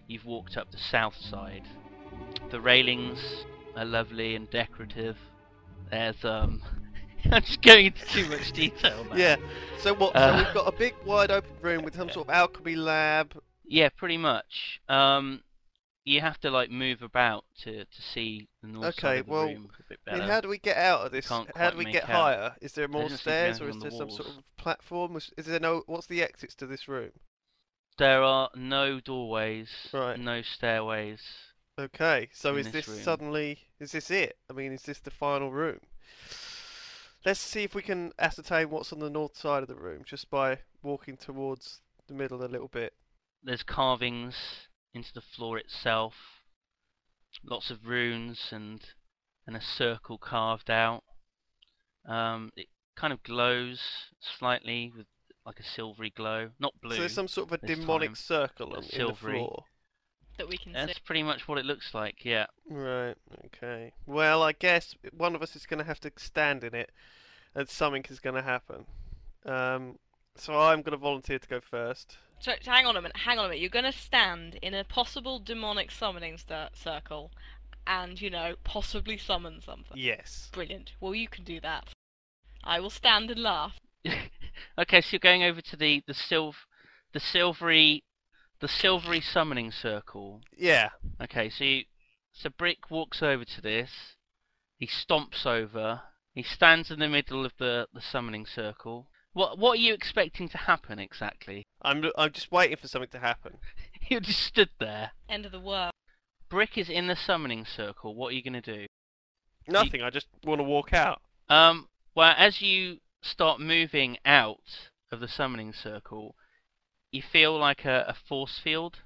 B: you've walked up the south side. The railings are lovely and decorative. There's um, I'm just going into too much detail now.
D: Yeah. So what?
B: Uh.
D: so we've got a big wide open room with some sort of alchemy lab.
B: Yeah, pretty much. Um, you have to like move about to, to see the north
D: Okay,
B: side of the
D: well,
B: room a bit
D: I mean,
B: better.
D: how do we get out of this?
B: Can't
D: How
B: quite
D: do we
B: make
D: get
B: out.
D: higher? Is there more
B: doesn't seem to be
D: stairs, or is
B: anything
D: there
B: on the
D: some sort
B: walls.
D: of platform? Is is there no? What's the exits to this room?
B: There are no doorways,
D: Right.
B: no stairways.
D: Okay, so
B: In
D: is
B: this
D: this
B: room.
D: suddenly is this it? I mean, is this the final room? Let's see if we can ascertain what's on the north side of the room just by walking towards the middle a little bit.
B: There's carvings into the floor itself. Lots of runes and and a circle carved out. Um, it kind of glows slightly with like a silvery glow, not blue.
D: So there's some sort of a
B: this
D: demonic
B: time.
D: circle
B: But
D: on in the
B: silvery.
D: floor.
C: That we can
B: That's
C: see.
B: pretty much what it looks like. Yeah.
D: Right, okay. Well, I guess one of us is going to have to stand in it and something is going to happen. Um, so I'm going to volunteer to go first.
C: So, so hang on a minute. Hang on a minute. You're going to stand in a possible demonic summoning st- circle, and you know possibly summon something.
D: Yes.
C: Brilliant. Well, you can do that. I will stand and laugh.
B: okay, so you're going over to the the silv- the silvery, the silvery summoning circle.
D: Yeah.
B: Okay, so you, so Brick walks over to this. He stomps over. He stands in the middle of the the summoning circle. What what are you expecting to happen exactly?
D: I'm I'm just waiting for something to happen.
B: You just stood there.
C: End of the world.
B: Brick is in the summoning circle. What are you gonna do?
D: Nothing. I just want to walk out.
B: Um, well, as you start moving out of the summoning circle, you feel like a, a force field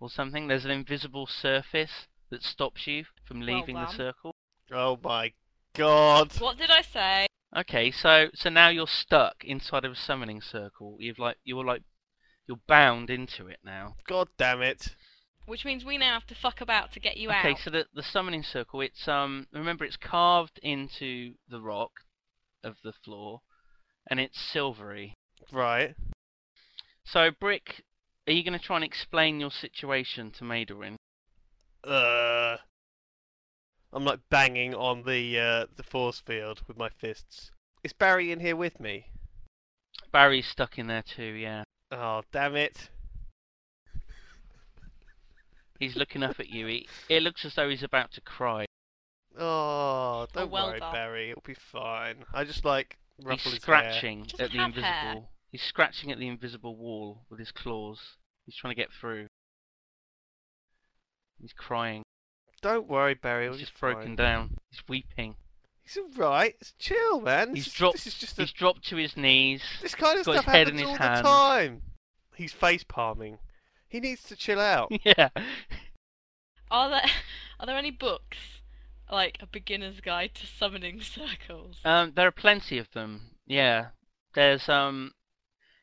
B: or something. There's an invisible surface that stops you from
C: Well
B: leaving the
C: done.
B: circle.
D: Oh my god.
C: What did I say?
B: Okay, so so now you're stuck inside of a summoning circle. You've like you're like you're bound into it now.
D: God damn it.
C: Which means we now have to fuck about to get you
B: okay,
C: out.
B: so the the summoning circle, it's um remember it's carved into the rock of the floor and it's silvery.
D: Right.
B: So, Brick, are you going to try and explain your situation to Maidwin?
D: Uh I'm like banging on the uh the force field with my fists. Is Barry in here with me?
B: Barry's stuck in there too, yeah.
D: Oh damn it.
B: He's looking up at you. He, it looks as though he's about to cry.
D: Oh, don't
C: well
D: worry,
C: done.
D: Barry. It'll be fine. I just like ruffle
B: he's
D: his hair.
B: scratching
C: Doesn't
B: at the
C: have
B: invisible.
C: hair.
B: He's scratching at the invisible wall with his claws. He's trying to get through. He's crying.
D: Don't worry, Barry. It'll
B: He's just
D: be
B: broken
D: fine.
B: down. He's weeping.
D: He's alright. It's chill, man.
B: He's
D: this,
B: dropped.
D: This is just a,
B: he's dropped to his knees.
D: this kind
B: he's
D: of
B: got his
D: stuff
B: head in
D: happens
B: his
D: all
B: hand.
D: the time. He's face palming. He needs to chill out.
B: yeah.
C: Are there are there any books like a beginner's guide to summoning circles?
B: Um, there are plenty of them. Yeah, there's um,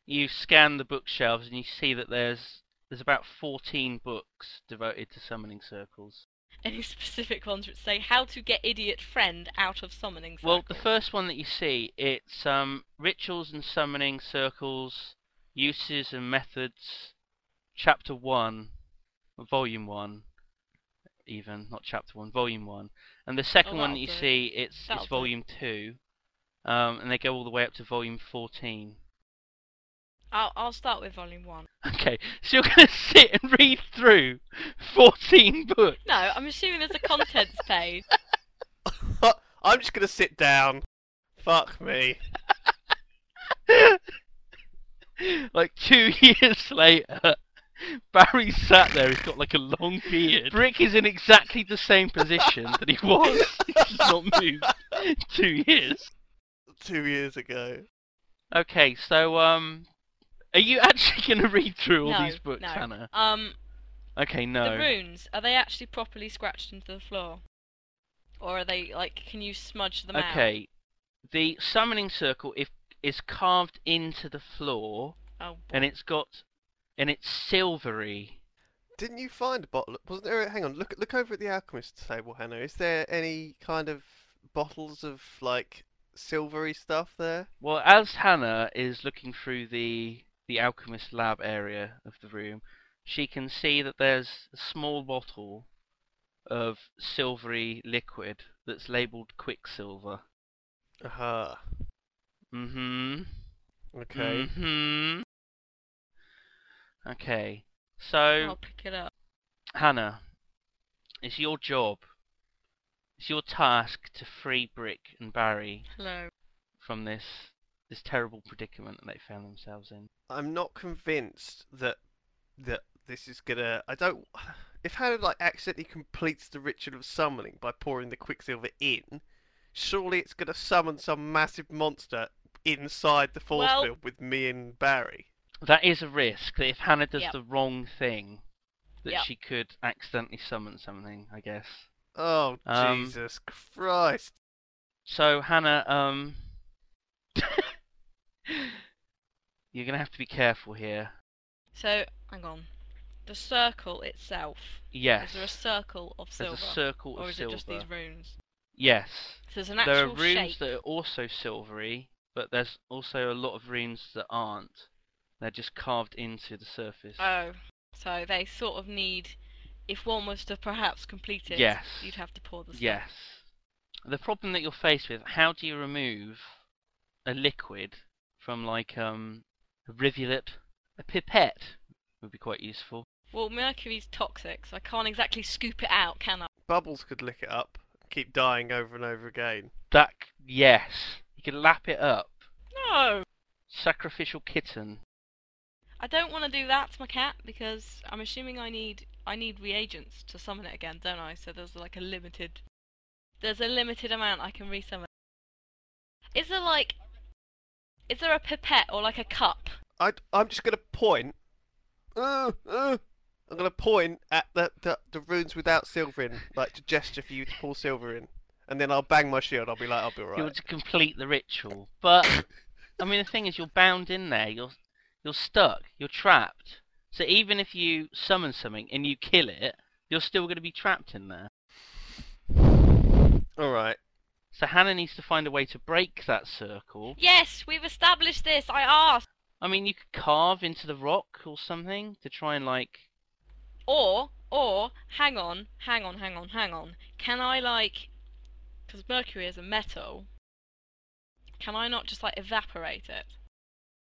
B: you scan the bookshelves and you see that there's there's about 14 books devoted to summoning circles.
C: any specific ones which say how to get idiot friend out of summoning circles?
B: Well, the first one that you see it's um, rituals and summoning circles, uses and methods, chapter one, volume one, even not chapter one, volume one. And the second one
C: Oh, that'll
B: that you
C: do.
B: see it's
C: That'll
B: it's
C: do.
B: volume two, um, and they go all the way up to volume 14.
C: I'll, I'll start with volume one.
B: Okay, so you're going to sit and read through 14 books.
C: No, I'm assuming there's a contents page.
D: I'm just gonna sit down. Fuck me.
B: like two years later, Barry sat there. He's got like a long beard. Brick is in exactly the same position that he was. He's not moved two years.
D: Two years ago.
B: Okay, so um, are you actually going to read through all
C: no,
B: these books,
C: no.
B: Hannah?
C: Um,
B: Okay, no.
C: the runes are they actually properly scratched into the floor, or are they like can you smudge them out?
B: okay, the summoning circle if is carved into the floor,
C: Oh,
B: and it's got, and it's silvery.
D: Didn't you find a bottle? Wasn't there? Hang on, look look over at the alchemist's table, Hannah. Is there any kind of bottles of like silvery stuff there?
B: Well, as Hannah is looking through the the alchemist lab area of the room, she can see that there's a small bottle of silvery liquid that's labelled quicksilver.
D: Aha.
B: Mm-hmm.
D: Uh-huh. Okay.
B: hmm Okay. So
C: I'll pick it up.
B: Hannah, it's your job. It's your task to free Brick and Barry
C: Hello.
B: from this this terrible predicament that they found themselves in.
D: I'm not convinced that that this is gonna. I don't. If Hannah like accidentally completes the ritual of summoning by pouring the quicksilver in, surely it's gonna summon some massive monster inside the force
C: Well-
D: field with me and Barry.
B: That is a risk that if Hannah does
C: Yep.
B: the wrong thing, that
C: Yep.
B: she could accidentally summon something. I guess.
D: Oh
B: Um,
D: Jesus Christ!
B: So Hannah, um, you're gonna have to be careful here.
C: So hang on, the circle itself.
B: Yes.
C: Is there a circle of
B: There's
C: silver?
B: a circle
C: or
B: of
C: is
B: silver.
C: it just these runes?
B: Yes.
C: So there's an
B: There are
C: actual
B: runes
C: shape.
B: that are also silvery, but there's also a lot of runes that aren't. They're just carved into the surface.
C: Oh, so they sort of need. If one was to perhaps complete it,
B: Yes.
C: you'd have to pour the stuff.
B: Yes. The problem that you're faced with, how do you remove a liquid from like um a rivulet? A pipette would be quite useful.
C: Well, mercury's toxic, so I can't exactly scoop it out, can I?
D: Bubbles could lick it up, keep dying over and over again.
B: That c- yes. You could lap it up.
C: No.
B: Sacrificial kitten.
C: I don't want to do that to my cat because I'm assuming I need I need reagents to summon it again, don't I? So there's like a limited there's a limited amount I can resummon. Is there like is there a pipette or like a cup?
D: I, I'm just gonna point. Uh, uh, I'm gonna point at the, the the runes without silver in, like to gesture for you to pull silver in, and then I'll bang my shield. I'll be like, I'll be
B: You
D: alright.
B: want to complete the ritual. But I mean the thing is you're bound in there, you're you're stuck, you're trapped. So even if you summon something and you kill it, you're still gonna be trapped in there.
D: All right.
B: So Hannah needs to find a way to break that circle.
C: Yes, we've established this. I asked.
B: I mean, you could carve into the rock or something to try and like.
C: Or or hang on, hang on, hang on, hang on. Can I like cuz mercury is a metal. Can I not just like evaporate it?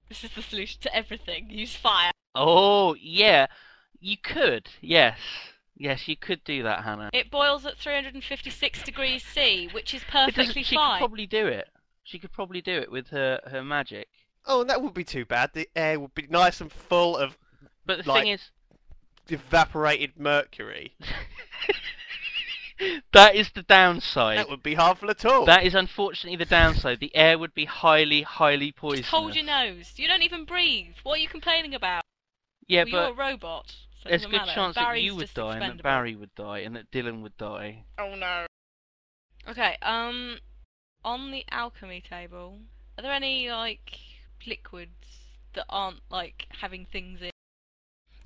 C: This is the solution to everything. Use fire.
B: Oh yeah, you could. Yes, yes, you could do that, Hannah.
C: It boils at 356 degrees C, which is
B: It doesn't-
C: perfectly
B: she could
C: fine.
B: probably do it. She could probably do it with her her magic.
D: Oh, and that would be too bad. The air would be nice and full of
B: But the
D: Like-
B: thing is,
D: evaporated mercury.
B: that is the downside.
D: That would be harmful at all.
B: that is unfortunately the downside. The air would be highly, highly poisonous.
C: Just hold your nose. You don't even breathe. What are you complaining about?
B: Yeah,
C: well,
B: but
C: you're a robot. So it
B: there's a
C: doesn't
B: good
C: matter.
B: chance that
C: Barry's
B: you would
C: just
B: die, and that
C: expendable.
B: Barry would die, and that Dylan would die.
C: Oh no. Okay. Um, on the alchemy table, are there any like liquids that aren't like having things in?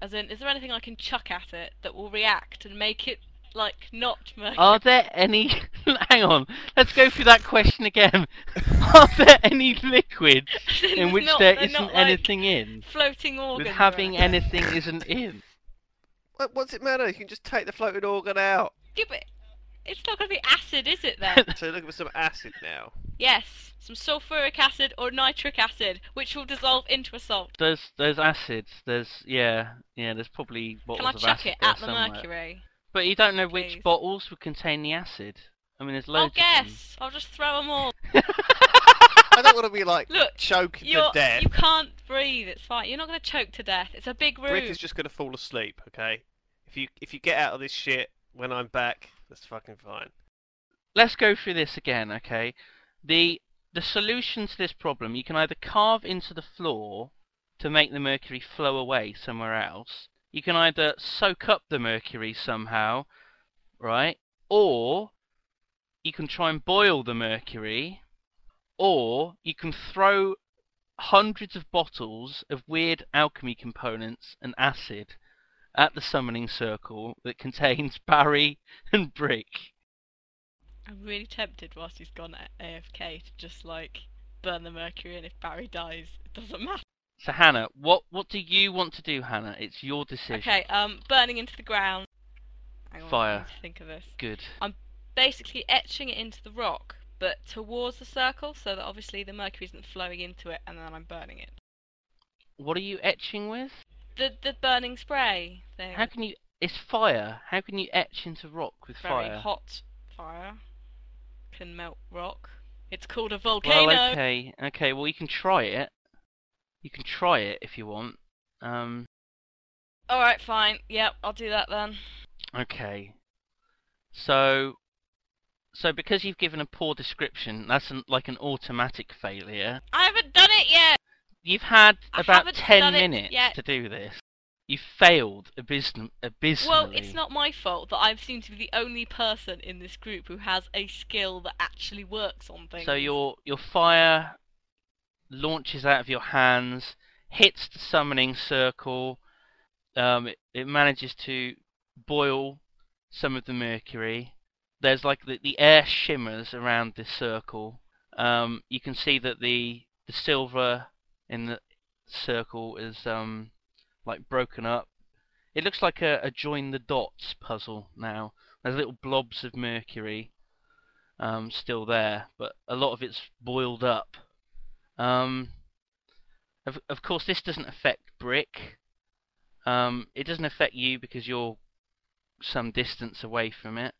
C: As in, is there anything I can chuck at it that will react and make it like not mercury?
B: Are there any? Hang on, let's go through that question again. Are there any liquids in
C: There's
B: which
C: not-
B: there
C: they're
B: isn't
C: not, like,
B: anything in?
C: floating
B: With
C: organs? or
B: having
C: anything?
B: anything isn't in.
D: What- What's it matter? You can just take the floating organ out.
C: Yeah, but it's not going to be acid, is it then?
D: So look for some acid now.
C: yes, some sulfuric acid or nitric acid, which will dissolve into a salt.
B: There's there's acids. There's yeah yeah. There's probably bottles
C: Can I
B: of
C: chuck
B: acid
C: it
B: there
C: at the
B: somewhere.
C: mercury?
B: But you don't know which
C: Please.
B: bottles would contain the acid. I mean, there's
C: I'll
B: loads.
C: guess. I'll just throw them all.
B: Of them.
D: don't want to be like
C: Look,
D: choking
C: You're,
D: to death.
C: you can't breathe. It's fine. You're not going to choke to death. It's a big room.
D: Brick is just gonna fall asleep, okay? If you if you get out of this shit when I'm back, that's fucking fine.
B: let's go through this again, okay? The the solution to this problem, you can either carve into the floor to make the mercury flow away somewhere else. You can either soak up the mercury somehow, right? Or you can try and boil the mercury, or you can throw hundreds of bottles of weird alchemy components and acid at the summoning circle that contains Barry and Brick.
C: I'm really tempted whilst he's gone a- AFK to just like burn the mercury, and if Barry dies, it doesn't matter.
B: So Hannah, what what do you want to do, Hannah? It's your decision.
C: Okay, um, burning into the ground. Hang on, I
B: Fire.
C: need to think of this.
B: Good.
C: Basically, etching it into the rock, but towards the circle, so that obviously the mercury isn't flowing into it, and then I'm burning it.
B: What are you etching with?
C: The the burning spray thing.
B: How can you? It's fire. How can you etch into rock with
C: Very
B: fire?
C: hot fire can melt rock. It's called a volcano.
B: Well, okay, okay. Well, you can try it. You can try it if you want. Um,
C: All right, fine. Yep, I'll do that then.
B: okay. So, so because you've given a poor description, that's an, like an automatic failure.
C: I haven't done it yet.
B: You've had
C: I
B: about
C: haven't
B: ten
C: done it
B: minutes
C: yet.
B: to do this. You failed abysm- abysmally.
C: Well, it's not my fault that I seem to be the only person in this group who has a skill that actually works on things.
B: So your your fire launches out of your hands, hits the summoning circle. Um, it, it manages to boil some of the mercury. There's like the, the air shimmers around this circle. Um, you can see that the the silver in the circle is um like broken up. It looks like a, a join the dots puzzle now. There's little blobs of mercury um, still there, but a lot of it's boiled up. Um, of, of course, this doesn't affect Brick. Um, it doesn't affect you because you're some distance away from it.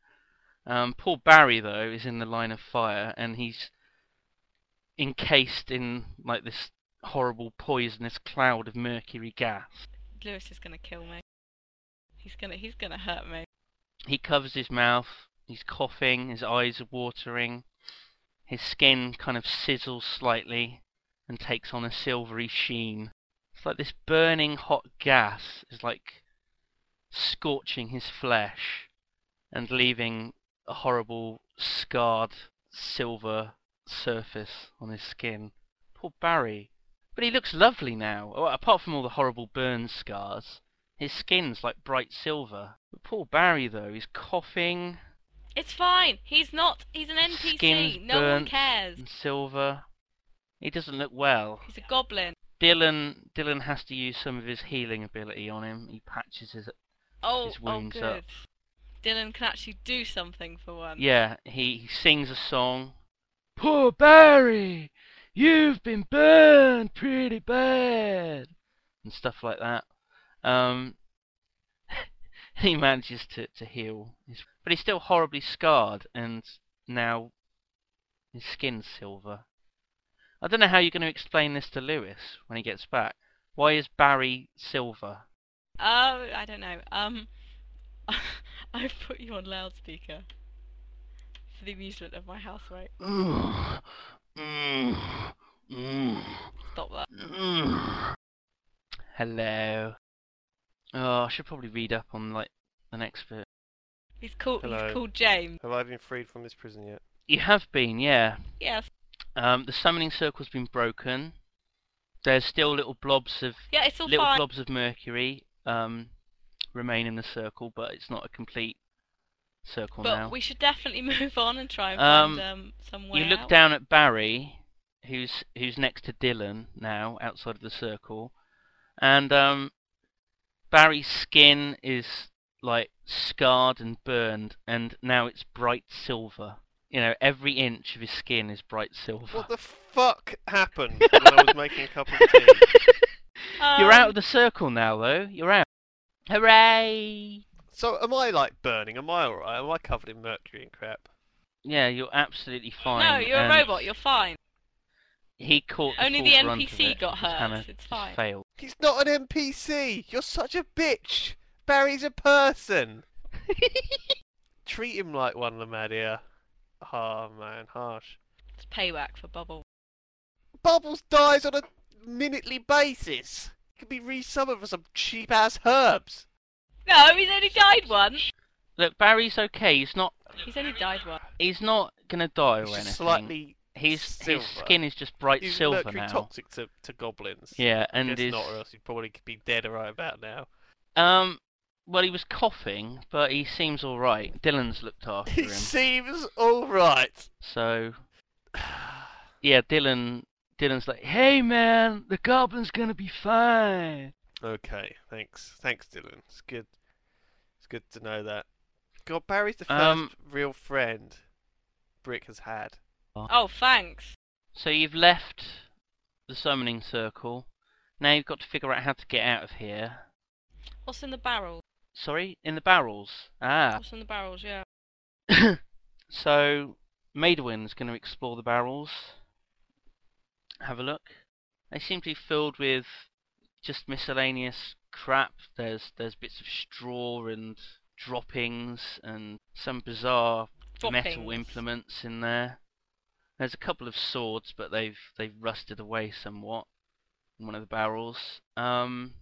B: Um, poor Barry, though, is in the line of fire and he's encased in like this horrible poisonous cloud of mercury gas.
C: Lewis is gonna kill me. He's gonna he's gonna hurt me.
B: He covers his mouth. He's coughing. His eyes are watering. His skin kind of sizzles slightly and takes on a silvery sheen. It's like this burning hot gas is like scorching his flesh and leaving a horrible scarred silver surface on his skin. Poor Barry. But he looks lovely now, a- apart from all the horrible burn scars. His skin's like bright silver. But poor Barry, though, he's coughing,
C: It's fine. He's not. He's an NPC.
B: skin's
C: no one
B: burnt
C: cares.
B: and silver. He doesn't look well.
C: He's a goblin.
B: Dylan Dylan has to use some of his healing ability on him. He patches his
C: Oh,
B: His
C: oh,
B: wounds
C: good.
B: up.
C: Dylan can actually do something for once.
B: Yeah, he, he sings a song. Poor Barry, you've been burned pretty bad, and stuff like that. Um, he manages to to heal, He's- but he's still horribly scarred, and now his skin's silver. I don't know how you're going to explain this to Lewis when he gets back. Why is Barry silver?
C: Oh, I don't know. Um, I've put you on loudspeaker for the amusement of my housemate. Stop that.
B: Hello. Oh, I should probably read up on like an expert.
C: He's called.
D: Hello.
C: He's called James.
D: Have I been freed from this prison yet?
B: You have been, yeah.
C: Yes.
B: Um, the summoning circle's been broken. There's still little blobs of
C: Yeah, it's all
B: little
C: fine.
B: blobs of mercury um, remain in the circle, but it's not a complete circle
C: but
B: now.
C: we should definitely move on and try and
B: Um,
C: find um somewhere.
B: You look
C: out.
B: down at Barry, who's who's next to Dylan now, outside of the circle, and um, Barry's skin is like scarred and burned, and now it's bright silver. You know, every inch of his skin is bright silver.
D: What the fuck happened when I was making a cup of tea?
B: You're out
C: Um,
B: of the circle now, though. You're out. Hooray!
D: So am I like burning? Am I alright? Am I covered in mercury and crap?
B: Yeah, you're absolutely fine.
C: Um, No, you're
B: and-
C: a robot. You're fine.
B: He caught the
C: Only
B: full
C: the
B: brunt of
C: NPC
B: it,
C: got
B: and
C: hurt,
B: Hannah
C: it's
B: just
C: fine.
B: failed.
D: He's not an NPC. You're such a bitch. Barry's a person. Treat him like one, Lamadia. Oh man, harsh.
C: It's payback for Bubble.
D: Bubbles dies on a minutely basis. He could be resummoned for some cheap ass herbs.
C: No, he's only died once.
B: Look, Barry's okay. He's not.
C: He's only died once.
B: He's not gonna die or
D: He's
B: anything.
D: just slightly.
B: His
D: silver.
B: his skin is just bright
D: He's
B: silver
D: mercury
B: now.
D: toxic to, to goblins.
B: Yeah,
D: I
B: and
D: guess
B: his
D: not, or else he'd probably be dead right about now.
B: um. Well, he was coughing, but he seems all right. Dylan's looked after
D: He
B: him,
D: seems all right.
B: so yeah. Dylan Dylan's like, hey man, the goblin's gonna be fine.
D: Okay, thanks. Thanks, Dylan. It's good. It's good to know that. God, Barry's the first
B: Um,
D: real friend Brick has had.
C: Oh, thanks.
B: So you've left the summoning circle. Now you've got to figure out how to get out of here.
C: What's in the barrel?
B: Sorry, in the barrels. Ah.
C: What's in the barrels? Yeah.
B: so Maidwin's going to explore the barrels. Have a look. They seem to be filled with just miscellaneous crap. There's there's bits of straw and droppings and some bizarre metal
C: Droppings.
B: implements in there. There's a couple of swords, but they've they've rusted away somewhat in one of the barrels. Um,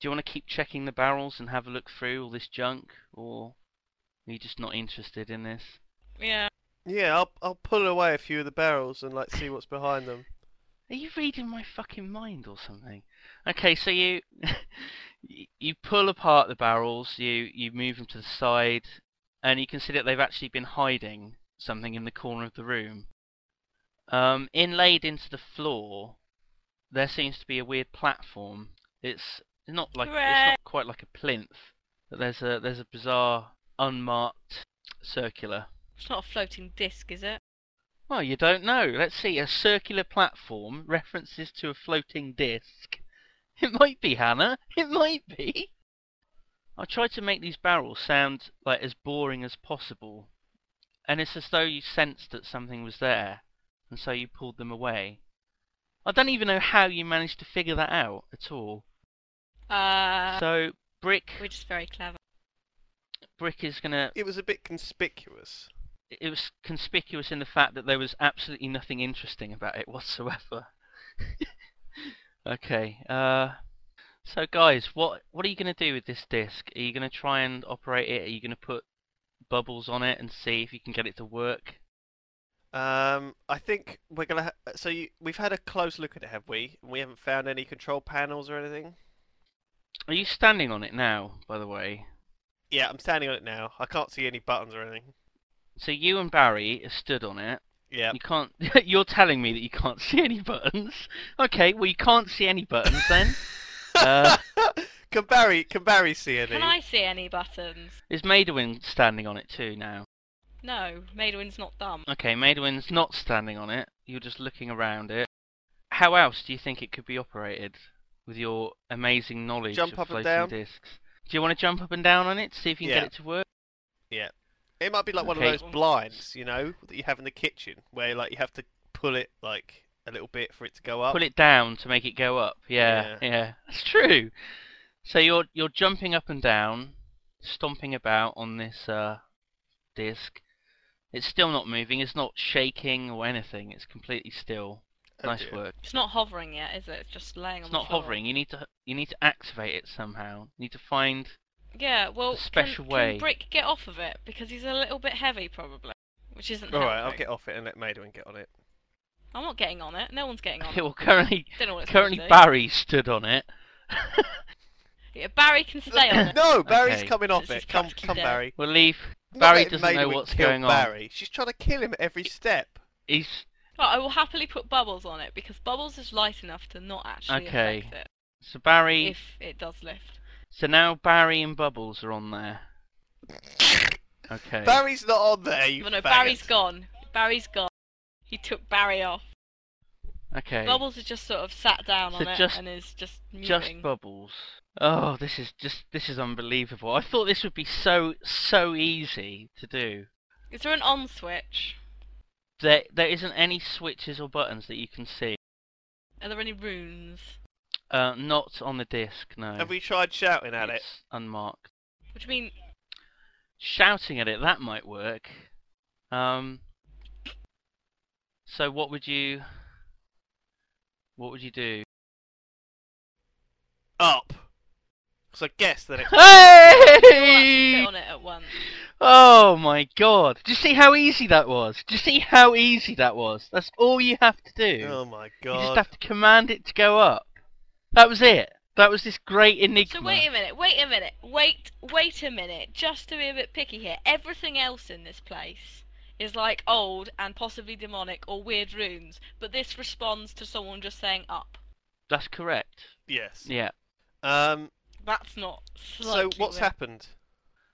B: do you want to keep checking the barrels and have a look through all this junk, or are you just not interested in this?
C: Yeah.
D: Yeah, I'll I'll pull away a few of the barrels and like see what's behind them.
B: Are you reading my fucking mind or something? Okay, so you y- you pull apart the barrels, you you move them to the side, and you can see that they've actually been hiding something in the corner of the room. Um, inlaid into the floor, there seems to be a weird platform. It's not like it's
C: Hooray.
B: not quite like a plinth, but there's a there's a bizarre unmarked circular.
C: It's not a floating disc, is it?
B: Well, you don't know. Let's see. A circular platform references to a floating disc. It might be, Hannah. It might be. I tried to make these barrels sound like as boring as possible, and it's as though you sensed that something was there, and so you pulled them away. I don't even know how you managed to figure that out at all.
C: Uh,
B: so Brick,
C: we're just very clever.
B: Brick is gonna.
D: It was a bit conspicuous.
B: It was conspicuous in the fact that there was absolutely nothing interesting about it whatsoever. Okay. Uh, so guys, what what are you going to do with this disc? Are you going to try and operate it? Are you going to put bubbles on it and see if you can get it to work?
D: Um, I think we're gonna. Ha- so you, we've had a close look at it, have we? We haven't found any control panels or anything.
B: Are you standing on it now, by the way?
D: Yeah, I'm standing on it now. I can't see any buttons or anything.
B: So you and Barry are stood on it.
D: Yeah.
B: You can't. You're telling me that you can't see any buttons. Okay, well you can't see any buttons then. Uh,
D: can Barry can Barry see any?
C: Can I see any buttons?
B: Is Maidwin standing on it too now?
C: No, Maidwin's not dumb.
B: Okay, Maidwin's not standing on it. You're just looking around it. How else do you think it could be operated with your amazing knowledge
D: Jump
B: of
D: up and
B: floating
D: down.
B: discs? Do you want to jump up and down on it, see if you can
D: Yeah.
B: get it to work?
D: It might be like one of
B: Okay.
D: those blinds, you know, that you have in the kitchen, where like you have to pull it like a little bit for it to go up.
B: Pull it down to make it go up. Yeah, yeah, that's true. So you're you're jumping up and down, stomping about on this uh, disc. It's still not moving. It's not shaking or anything. It's completely still.
D: Oh
B: nice
D: dear.
B: work.
C: It's not hovering yet, is it? It's just laying
B: It's
C: on the
B: not
C: floor.
B: hovering. You need to you need to activate it somehow. You need to find
C: Yeah, well,
B: a special
C: can,
B: way.
C: Can Brick get off of it because he's a little bit heavy, probably, which isn't.
D: All right, I'll
C: helping.
D: get off it and let Maidwin get on it.
C: I'm not getting on it. No one's getting on.
B: Okay,
C: it.
B: well, currently,
C: Don't know what it's supposed
B: currently
C: to do.
B: Barry stood on it.
C: Yeah, Barry can stay on it.
D: no, Barry's
B: Okay.
D: coming off
C: This is
D: it. Come,
C: practically
D: come,
C: dead.
D: Barry.
B: We'll leave.
D: Not
B: Barry
D: letting
B: doesn't know
D: Maidwin
B: what's
D: kill
B: going on.
D: Barry. She's trying to kill him every step.
B: He's
C: Right, I will happily put bubbles on it because bubbles is light enough to not actually
B: Okay.
C: affect it
B: so Barry.
C: if it does lift.
B: So now Barry and Bubbles are on there. Okay.
D: Barry's not on there. You
C: Well, no,
D: faggot.
C: Barry's gone. Barry's gone. He took Barry off.
B: okay.
C: Bubbles has just sort of sat down
B: So
C: on it
B: just-
C: and is just
B: Just
C: moving.
B: Bubbles. Oh, this is just this is unbelievable. I thought this would be so so easy to do.
C: is there an on switch?
B: There there isn't any switches or buttons that you can see.
C: Are there any runes?
B: Uh, not on the disc, no.
D: Have we tried shouting at it?
B: It's unmarked.
C: What do you mean?
B: Shouting at it, that might work. Um, so what would you, what would you do?
D: Up. So I guess the next.
B: Hey!
C: Sit on it at once.
B: Oh my god. Do you see how easy that was? Do you see how easy that was? That's all you have to do.
D: oh my
B: you just
D: god.
B: have to command it to go up. That was it. That was this great enigma.
C: So wait a minute, wait a minute, wait, wait a minute. Just to be a bit picky here, everything else in this place is like old and possibly demonic or weird runes, but this responds to someone just saying up.
B: That's correct.
D: Yes.
B: Yeah.
D: Um.
C: That's not.
D: So
C: slightly
D: what's
C: weird.
D: happened?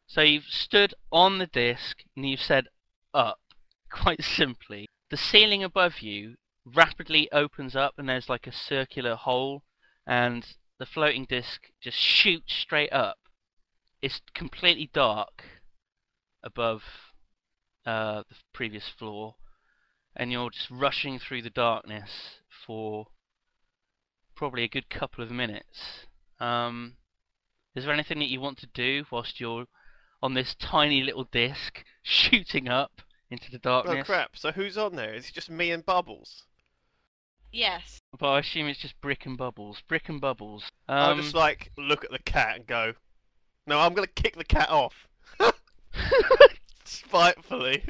B: So you've stood on the disc and you've said up, quite simply. The ceiling above you rapidly opens up and there's like a circular hole and the floating disc just shoots straight up. It's completely dark above uh, the previous floor and you're just rushing through the darkness for probably a good couple of minutes. Um, is there anything that you want to do whilst you're on this tiny little disc shooting up into the darkness?
D: Oh crap! So who's on there? Is it just me and Bubbles?
C: Yes.
B: But I assume it's just brick and bubbles. Brick and bubbles. Um,
D: I'll just like look at the cat and go, "No, I'm gonna kick the cat off." Spitefully.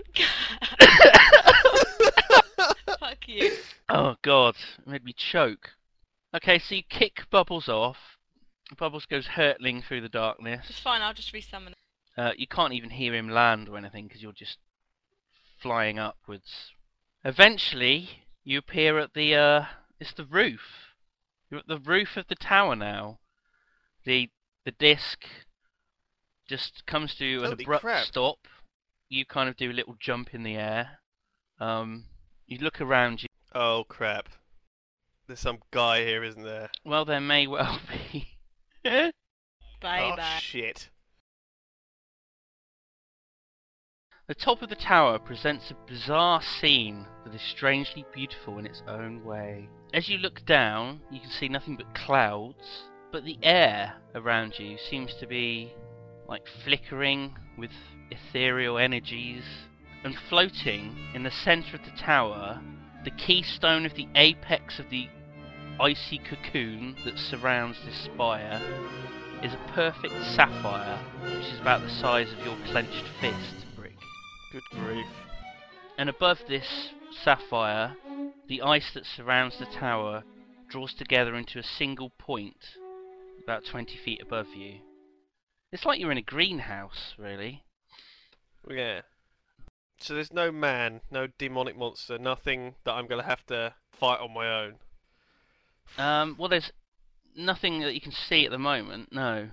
C: Fuck you.
B: oh god, it made me choke. Okay, so you kick Bubbles off. Bubbles goes hurtling through the
C: It's
B: darkness.
C: fine. I'll just resummon. it.
B: Uh, you can't even hear him land or anything because you're just flying upwards. Eventually, you appear at the uh, it's the roof. You're at the roof of the tower now. The the disc just comes to an
D: Holy
B: abrupt
D: crap.
B: stop. You kind of do a little jump in the air. Um, you look around you.
D: Oh crap! There's some guy here, isn't there?
B: Well, there may well be.
C: Bye
D: oh
C: bye.
D: shit!
B: The top of the tower presents a bizarre scene that is strangely beautiful in its own way. As you look down, you can see nothing but clouds, but the air around you seems to be like flickering with ethereal energies. And floating in the centre of the tower, the keystone of the apex of the icy cocoon that surrounds this spire is a perfect sapphire, which is about the size of your clenched fist, Brick.
D: Good grief!
B: And above this sapphire, the ice that surrounds the tower draws together into a single point about 20 feet above you. It's like you're in a greenhouse, really.
D: Yeah. So there's no man, no demonic monster, nothing that I'm gonna have to fight on my own.
B: Um, well, there's nothing that you can see at the moment, no.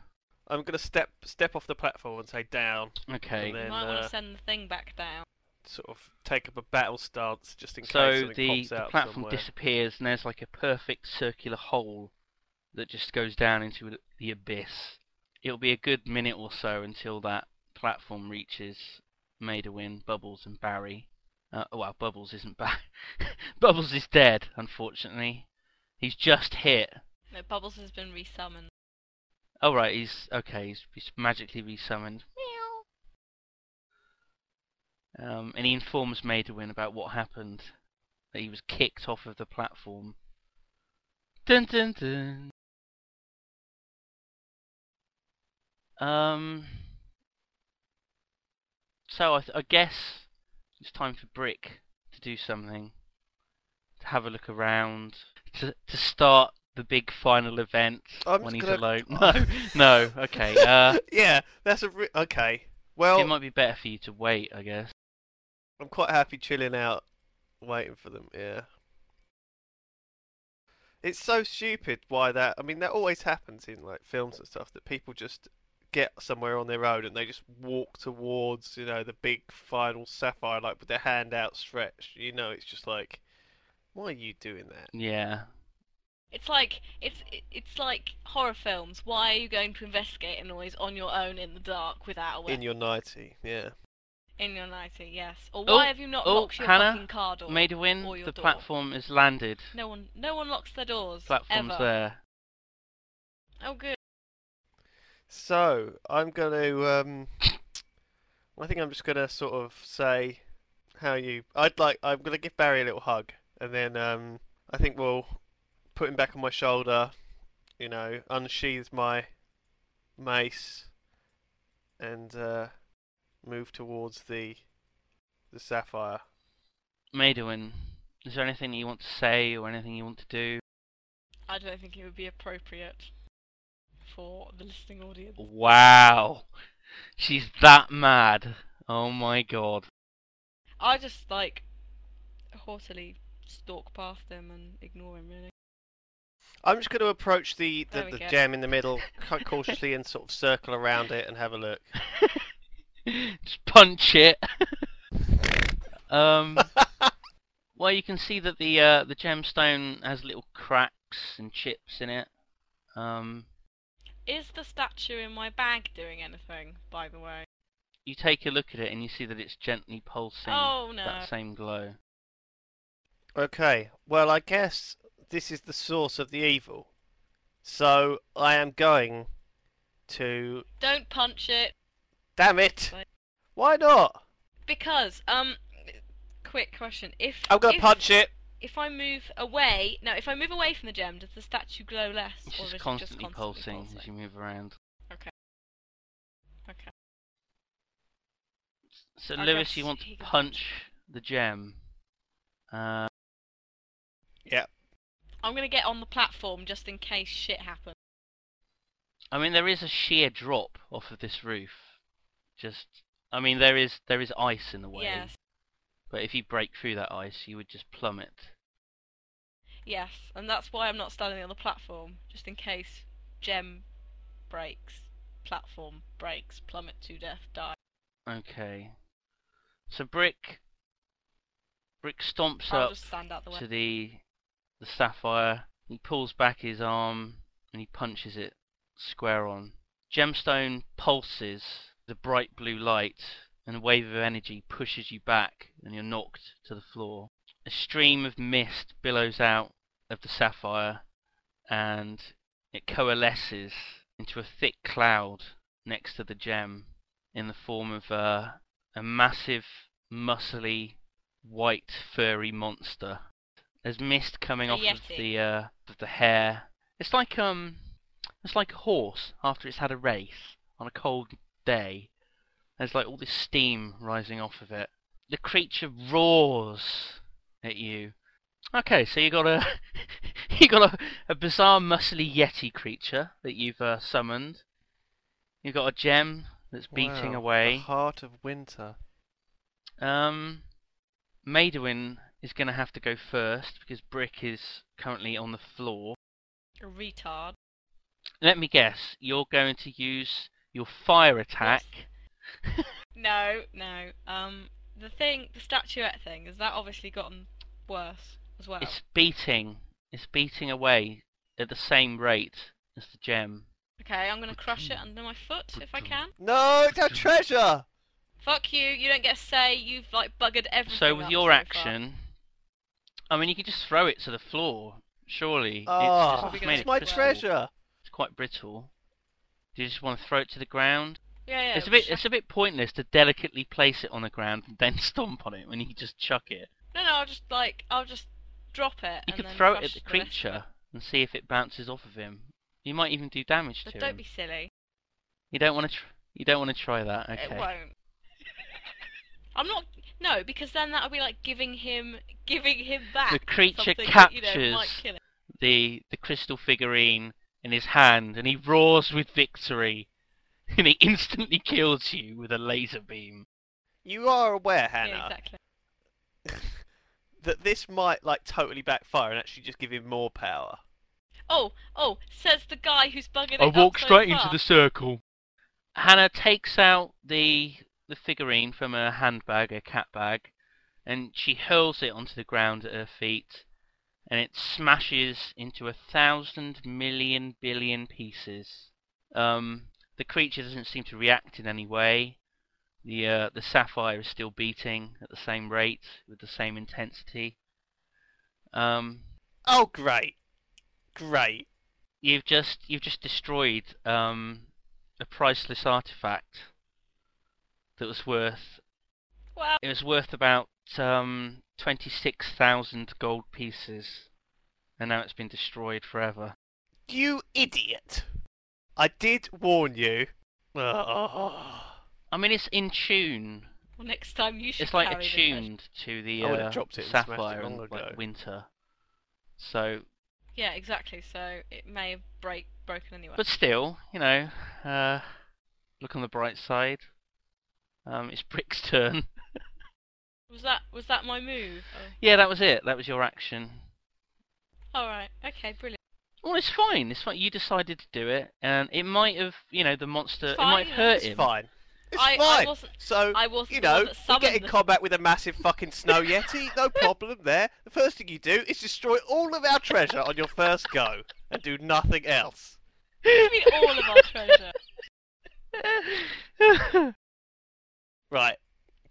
D: I'm gonna step step off the platform and say down,
B: Okay.
D: and then
C: Might want
D: uh,
C: to send the thing back down.
D: sort of take up a battle stance just in case
B: So
D: something
B: the,
D: pops
B: the
D: out
B: platform
D: somewhere.
B: disappears, and there's like a perfect circular hole that just goes down into the abyss. It'll be a good minute or so until that platform reaches Maidowin, Bubbles, and Barry. Uh, oh, well, Bubbles isn't back. Bubbles is dead, unfortunately. He's just hit.
C: No, Bubbles has been resummoned.
B: Oh right, he's okay. He's, he's magically resummoned. Um, and he informs Maidwin about what happened. That he was kicked off of the platform. Dun dun dun. Um. So I, th- I guess it's time for Brick to do something. To have a look around. To to start the big final event
D: I'm
B: when
D: just
B: he's
D: gonna-
B: alone. No, no. Okay. Uh,
D: yeah, that's a re- okay. Well,
B: it might be better for you to wait, I guess.
D: I'm quite happy chilling out, waiting for them. Yeah. It's so stupid why that. I mean, that always happens in like films and stuff that people just get somewhere on their own and they just walk towards, you know, the big final sapphire, like with their hand outstretched. You know, it's just like, why are you doing that?
B: Yeah.
C: It's like it's it's like horror films. Why are you going to investigate a noise on your own in the dark without a
D: In
C: weapon?
D: your nighty, yeah.
C: In your 90, yes. Or
B: Oh,
C: why have you not
B: oh,
C: locked your
B: Hannah,
C: fucking car door?
B: Made a win.
C: or your
B: The
C: door.
B: platform is landed.
C: No one, no one locks their doors.
B: Platform's
C: ever.
B: there.
C: Oh, good.
D: So I'm gonna. Um, I think I'm just gonna sort of say how you. I'd like. I'm gonna give Barry a little hug, and then um, I think we'll put him back on my shoulder. You know, unsheath my mace, and uh, move towards the the sapphire.
B: Maidwin, is there anything you want to say or anything you want to do?
C: I don't think it would be appropriate for the listening audience.
B: Wow. She's that mad. Oh my god.
C: I just like haughtily stalk past them and ignore him. Really,
D: I'm just going to approach the
C: There
D: the,
C: we
D: the
C: go.
D: gem in the middle ca- cautiously and sort of circle around it and have a look.
B: Just punch it. um well you can see that the uh, the gemstone has little cracks and chips in it. Um
C: is the statue in my bag doing anything? By the way,
B: you take a look at it and you see that it's gently pulsing
C: Oh, no.
B: that same glow.
D: Okay, well, I guess this is the source of the evil. So I am going to.
C: don't punch it
D: Damn it!
C: Right.
D: Why not?
C: because um, quick question: if
D: I'm gonna
C: if,
D: punch it!
C: if I move away, no, if I move away from the gem, does the statue glow less,
B: It's
C: or is
B: just
C: it
B: constantly,
C: just
B: pulsing,
C: constantly
B: as you move around.
C: Okay. Okay.
B: So
C: I
B: Lewis,
C: guess
B: you want
C: he
B: to
C: can
B: punch the gem. Uh,
D: Yeah.
C: I'm gonna get on the platform just in case shit happens.
B: I mean, there is a sheer drop off of this roof. Just, I mean, there is there is ice in the way.
C: Yes.
B: But if you break through that ice, you would just plummet.
C: Yes, and that's why I'm not standing on the platform, just in case gem breaks, platform breaks, plummet to death, die.
B: Okay. So Brick, Brick stomps
C: I'll
B: up
C: just stand out the way.
B: to the the sapphire. He pulls back his arm and he punches it square on. Gemstone pulses the bright blue light, and a wave of energy pushes you back, and you're knocked to the floor. A stream of mist billows out of the sapphire, and it coalesces into a thick cloud next to the gem in the form of uh, a massive, muscly, white, furry monster. There's mist coming
C: A
B: off of
C: yeti.
B: the uh, of the hair. It's like um, it's like a horse after it's had a race on a cold day. There's like all this steam rising off of it. The creature roars at you. Okay, so you got a you got a, a bizarre muscly yeti creature that you've uh, summoned. You've got a gem that's beating
D: Wow, The
B: away.
D: heart of winter.
B: Um, Maidwin is going to have to go first because Brick is currently on the floor.
C: Retard.
B: Let me guess, you're going to use your fire attack.
C: No, no. Um, the thing, the statuette thing, has that obviously gotten worse as well?
B: It's beating. It's beating away at the same rate as the gem.
C: Okay, I'm gonna crush it under my foot if I can.
D: No, it's our treasure!
C: Fuck you! You don't get a say. You've like buggered everything.
B: So with
C: up
B: your
C: far.
B: action, I mean, you could just throw it to the floor. Surely, it's,
D: Oh,
B: just
C: Probably
D: it's
C: gonna
B: made
C: it
D: my
C: crystal.
D: treasure!
B: It's quite brittle. Do you just want to throw it to the ground?
C: Yeah, yeah.
B: it's a
C: we'll
B: bit. It's a bit pointless to delicately place it on the ground and then stomp on it when you just chuck it.
C: No, no, I'll just like I'll just drop it.
B: You
C: and
B: could
C: then
B: throw it
C: crush
B: at the
C: rest of it.
B: creature and see if it bounces off of him. You might even do damage
C: But
B: to
C: don't
B: him.
C: be silly.
B: You don't want to. Tr- you don't want to try that. Okay.
C: It won't. I'm not. No, because then that would be like giving him, giving him back.
B: creature
C: something that, you know,
B: captures-
C: might kill him.
B: the the crystal figurine in his hand and he roars with victory and he instantly kills you with a laser beam.
D: You are aware, Hannah,
C: Yeah, exactly.
D: that this might like totally backfire and actually just give him more power.
C: Oh, oh, says the guy who's bugging it
B: I
C: up
B: walk
C: so
B: straight into
C: far.
B: the circle. Hannah takes out the the figurine from her handbag, her cat bag, and she hurls it onto the ground at her feet, and it smashes into a thousand million billion pieces. Um, the creature doesn't seem to react in any way. The uh, the sapphire is still beating at the same rate with the same intensity. Um,
D: Oh, great, great.
B: you've just you've just destroyed um, a priceless artifact that was worth
C: Wow.
B: it was worth about um, twenty six thousand gold pieces, and now it's been destroyed forever.
D: You idiot! I did warn you. Oh,
B: I mean, it's in tune.
C: Well, next time you should.
B: It's like
C: carry the merch.
B: attuned to the
D: I would've
B: uh,
D: dropped it and smashed it
B: sapphire
D: long
B: and
D: ago.
B: like winter. So,
C: Yeah, exactly. So it may have break broken anyway.
B: but still, you know, uh, look on the bright side. Um, it's Brick's turn.
C: was that was that my move?
B: yeah, that was it. That was your action.
C: Oh. All right. Okay. Brilliant.
B: Well, it's fine. It's fine. You decided to do it, and it might have, you know, the monster.
C: It's
B: It might
C: fine.
B: have hurt
D: it's
B: him.
D: fine. It's
C: I- I
D: fine.
C: wasn't-
D: so
C: I wasn't
D: you
C: the one
D: know,
C: that
D: you
C: summoned
D: get in
C: the-
D: combat with a massive fucking snow yeti. No problem there. The first thing you do is destroy all of our treasure on your first go and do nothing else.
C: Give me all of our treasure.
D: Right.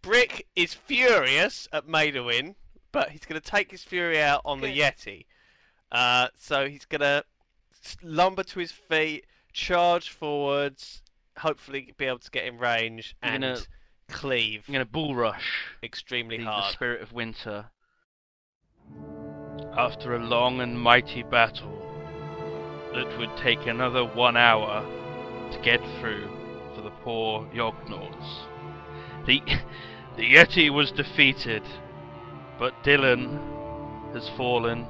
D: Brick is furious at Maidowin, but he's going to take his fury out on the Yeti. Uh, so he's going to lumber to his feet, charge forwards, hopefully be able to get in range
B: You're
D: and
B: gonna-
D: cleave
B: I'm gonna bull rush
D: extremely
B: the, the
D: hard.
B: spirit of winter. After a long and mighty battle that would take another one hour to get through for the poor Yognauts, the, the Yeti was defeated, but Dylan has fallen.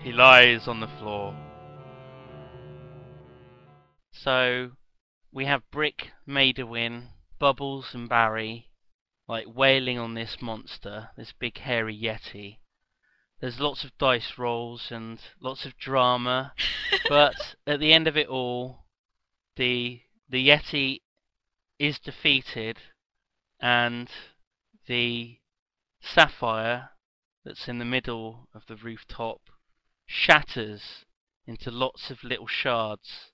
B: He lies on the floor. So we have Brick, Maidowin, Bubbles, and Barry like wailing on this monster, this big hairy yeti. There's lots of dice rolls and lots of drama, but at the end of it all, the the yeti is defeated, and the sapphire that's in the middle of the rooftop shatters into lots of little shards,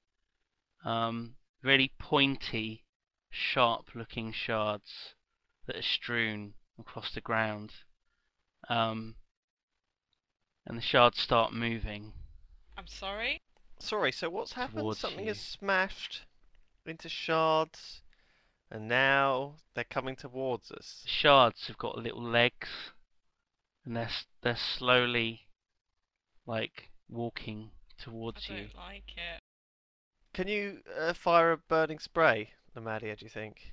B: um, really pointy, sharp-looking shards that are strewn across the ground. Um, and the shards start moving.
C: I'm sorry.
D: Sorry, so what's happened?
B: Towards
D: Something
B: you.
D: is smashed into shards, and now they're coming towards us.
B: The shards have got little legs, and they're s- they're slowly, like walking towards
C: I
B: you.
C: don't like it.
D: Can you uh, fire a burning spray, Nomadia, do you think?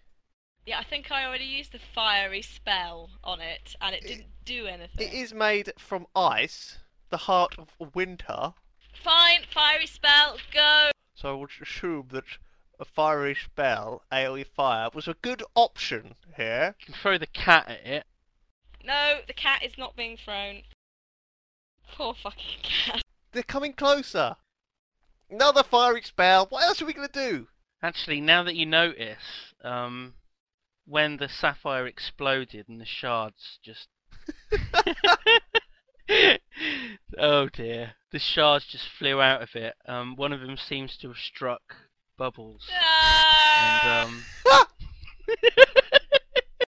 C: Yeah, I think I already used the fiery spell on it, and it
D: It-
C: didn't do anything.
D: It is made from ice, the heart of winter,
C: Fine, fiery spell, go.
D: so I would assume that a fiery spell, AoE fire, was a good option here.
B: You can throw the cat at it.
C: No, the cat is not being thrown. Poor fucking cat.
D: They're coming closer. Another fiery spell. What else are we going to do?
B: Actually, now that you notice, um, when the sapphire exploded and the shards just. oh dear. The shards just flew out of it. Um, one of them seems to have struck bubbles. And, um.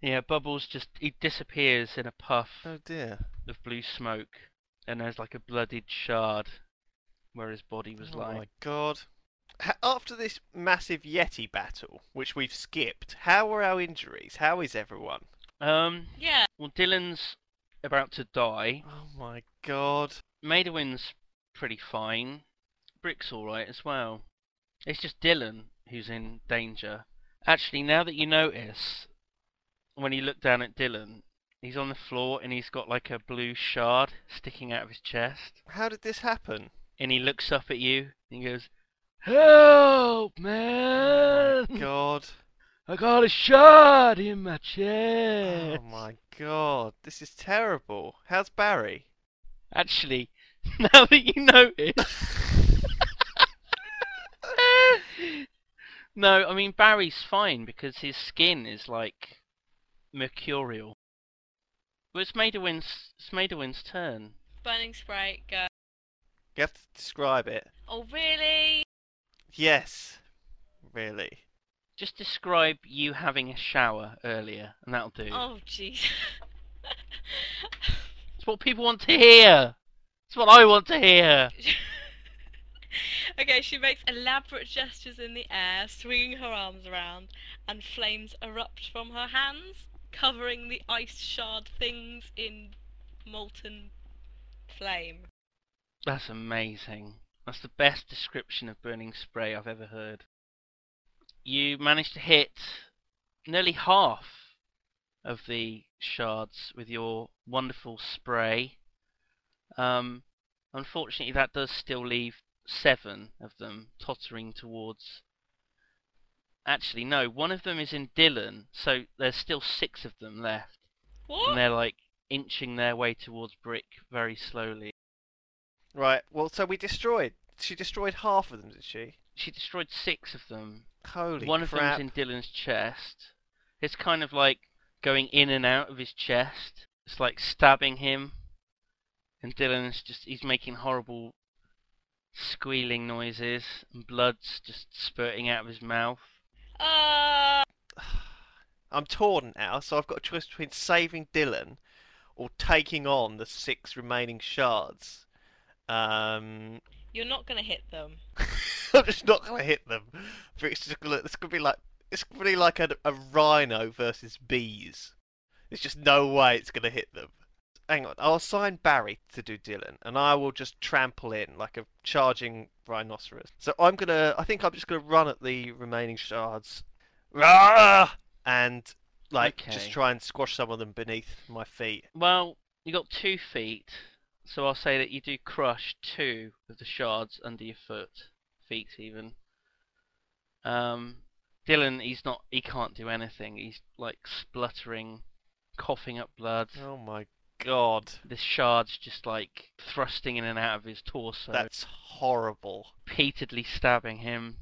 B: yeah, bubbles just. He disappears in a puff
D: Oh dear.
B: of blue smoke, and there's like a bloodied shard where his body was
D: oh
B: lying.
D: my god. Ha- After this massive Yeti battle, which we've skipped, how were our injuries? How is everyone?
B: Um.
C: yeah,
B: Well, Dylan's about to die.
D: Oh my god.
B: Maidowin's pretty fine. Brick's alright as well. It's just Dylan who's in danger. Actually, now that you notice, when you look down at Dylan, he's on the floor and he's got like a blue shard sticking out of his chest.
D: How did this happen?
B: And he looks up at you and he goes, Help,
D: Oh
B: man!
D: my god.
B: I got a shard in my
D: Oh
B: chest!
D: my god. This is terrible. How's Barry?
B: Actually, now that you notice. no, I mean, Barry's fine because his skin is like mercurial. Well, it's Maidowin's, it's Maidowin's turn.
C: burning spray, go.
D: You have to describe it.
C: Oh really?
D: Yes. Really.
B: Just describe you having a shower earlier, and that'll do.
C: Oh, jeez.
B: It's what people want to hear. It's what I want to hear.
C: okay, she makes elaborate gestures in the air, swinging her arms around, and flames erupt from her hands, covering the ice shard things in molten flame.
B: That's amazing. That's the best description of burning spray I've ever heard. You managed to hit nearly half of the shards with your wonderful spray. Um, unfortunately, that does still leave seven of them tottering towards. Actually, no, one of them is in Dylan, so there's still six of them left.
C: What?
B: And they're like inching their way towards Brick very slowly.
D: Right. Well, so we destroyed. She destroyed half of them, did she?
B: She destroyed six of them.
D: Holy
B: One of
D: crap!
B: them's in Dylan's chest. It's kind of like going in and out of his chest. It's like stabbing him. And Dylan's just, he's making horrible squealing noises. And blood's just spurting out of his mouth.
C: Uh,
D: I'm torn now, so I've got a choice between saving Dylan or taking on the six remaining shards. Um,
C: you're not gonna hit them.
D: I'm just not gonna hit them. But it's just gonna, it's gonna be like it's gonna be like a, a rhino versus bees. There's just no way it's gonna hit them. Hang on, I'll assign Barry to do Dylan, and I will just trample in like a charging rhinoceros. So I'm gonna, I think I'm just gonna run at the remaining shards, Rah! and like just
B: Okay.
D: try and squash some of them beneath my feet.
B: Well, you got two feet, so I'll say that you do crush two of the shards under your foot, feet even. Um, Dylan, he's not, he can't do anything. He's like spluttering, coughing up blood.
D: Oh my god,
B: The shards just like thrusting in and out of his torso,
D: that's horrible.
B: repeatedly stabbing him.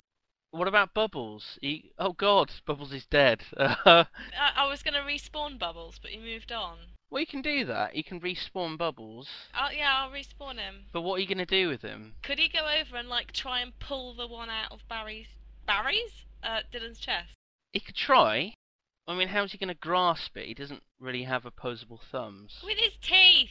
B: What about Bubbles? He, oh God, Bubbles is dead. Uh,
C: I, I was gonna respawn bubbles, but you moved on.
B: well, you can do that. You can respawn Bubbles.
C: Oh yeah, I'll respawn him.
B: But what are you gonna do with him?
C: Could he go over and like try and pull the one out of Barry's Barry's uh, Dylan's chest?
B: He could try. I mean, how's he going to grasp it? He doesn't really have opposable thumbs.
C: With his teeth.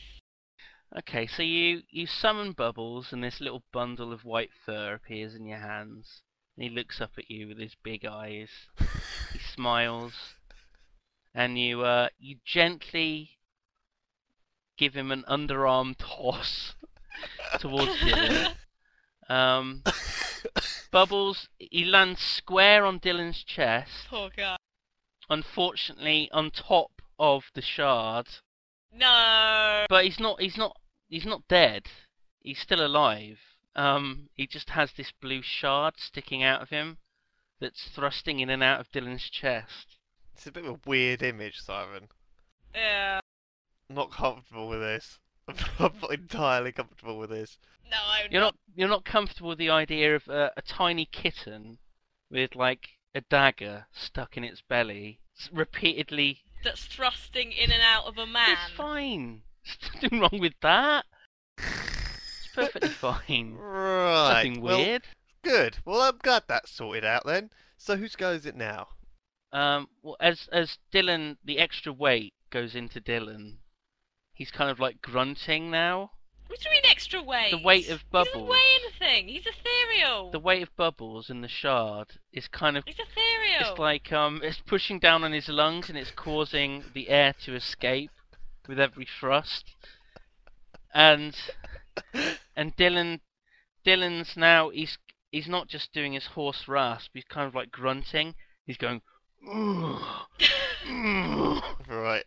B: Okay, so you, you summon Bubbles, and this little bundle of white fur appears in your hands. And he looks up at you with his big eyes. he smiles, and you uh, you gently give him an underarm toss towards Dylan. Um, Bubbles, he lands square on Dylan's chest.
C: Poor guy.
B: unfortunately on top of the shard,
C: No.
B: but he's not he's not he's not dead. He's still alive. Um he just has this blue shard sticking out of him that's thrusting in and out of Dylan's chest.
D: It's a bit of a weird image, Simon.
C: Yeah.
D: I'm not comfortable with this. I'm not entirely comfortable with this.
C: No, I'm
B: You're not you're not comfortable with the idea of a, a tiny kitten with like a dagger stuck in its belly s- repeatedly.
C: That's thrusting in and out of a man.
B: It's fine. There's nothing wrong with that. It's perfectly fine.
D: Right.
B: Nothing
D: well,
B: weird.
D: good. Well, I'm glad that's sorted out then. So whose go is it now?
B: Um, well, as as Dylan, the extra weight goes into Dylan. He's kind of like grunting now.
C: What do you mean extra weight?
B: weight of
C: He doesn't
B: bubbles.
C: weigh anything. He's ethereal.
B: The weight of bubbles and the shard is kind of
C: He's ethereal.
B: it's like um it's pushing down on his lungs and it's causing the air to escape with every thrust. And and Dylan Dylan's now he's he's not just doing his hoarse rasp. He's kind of like grunting. He's going.
D: Right.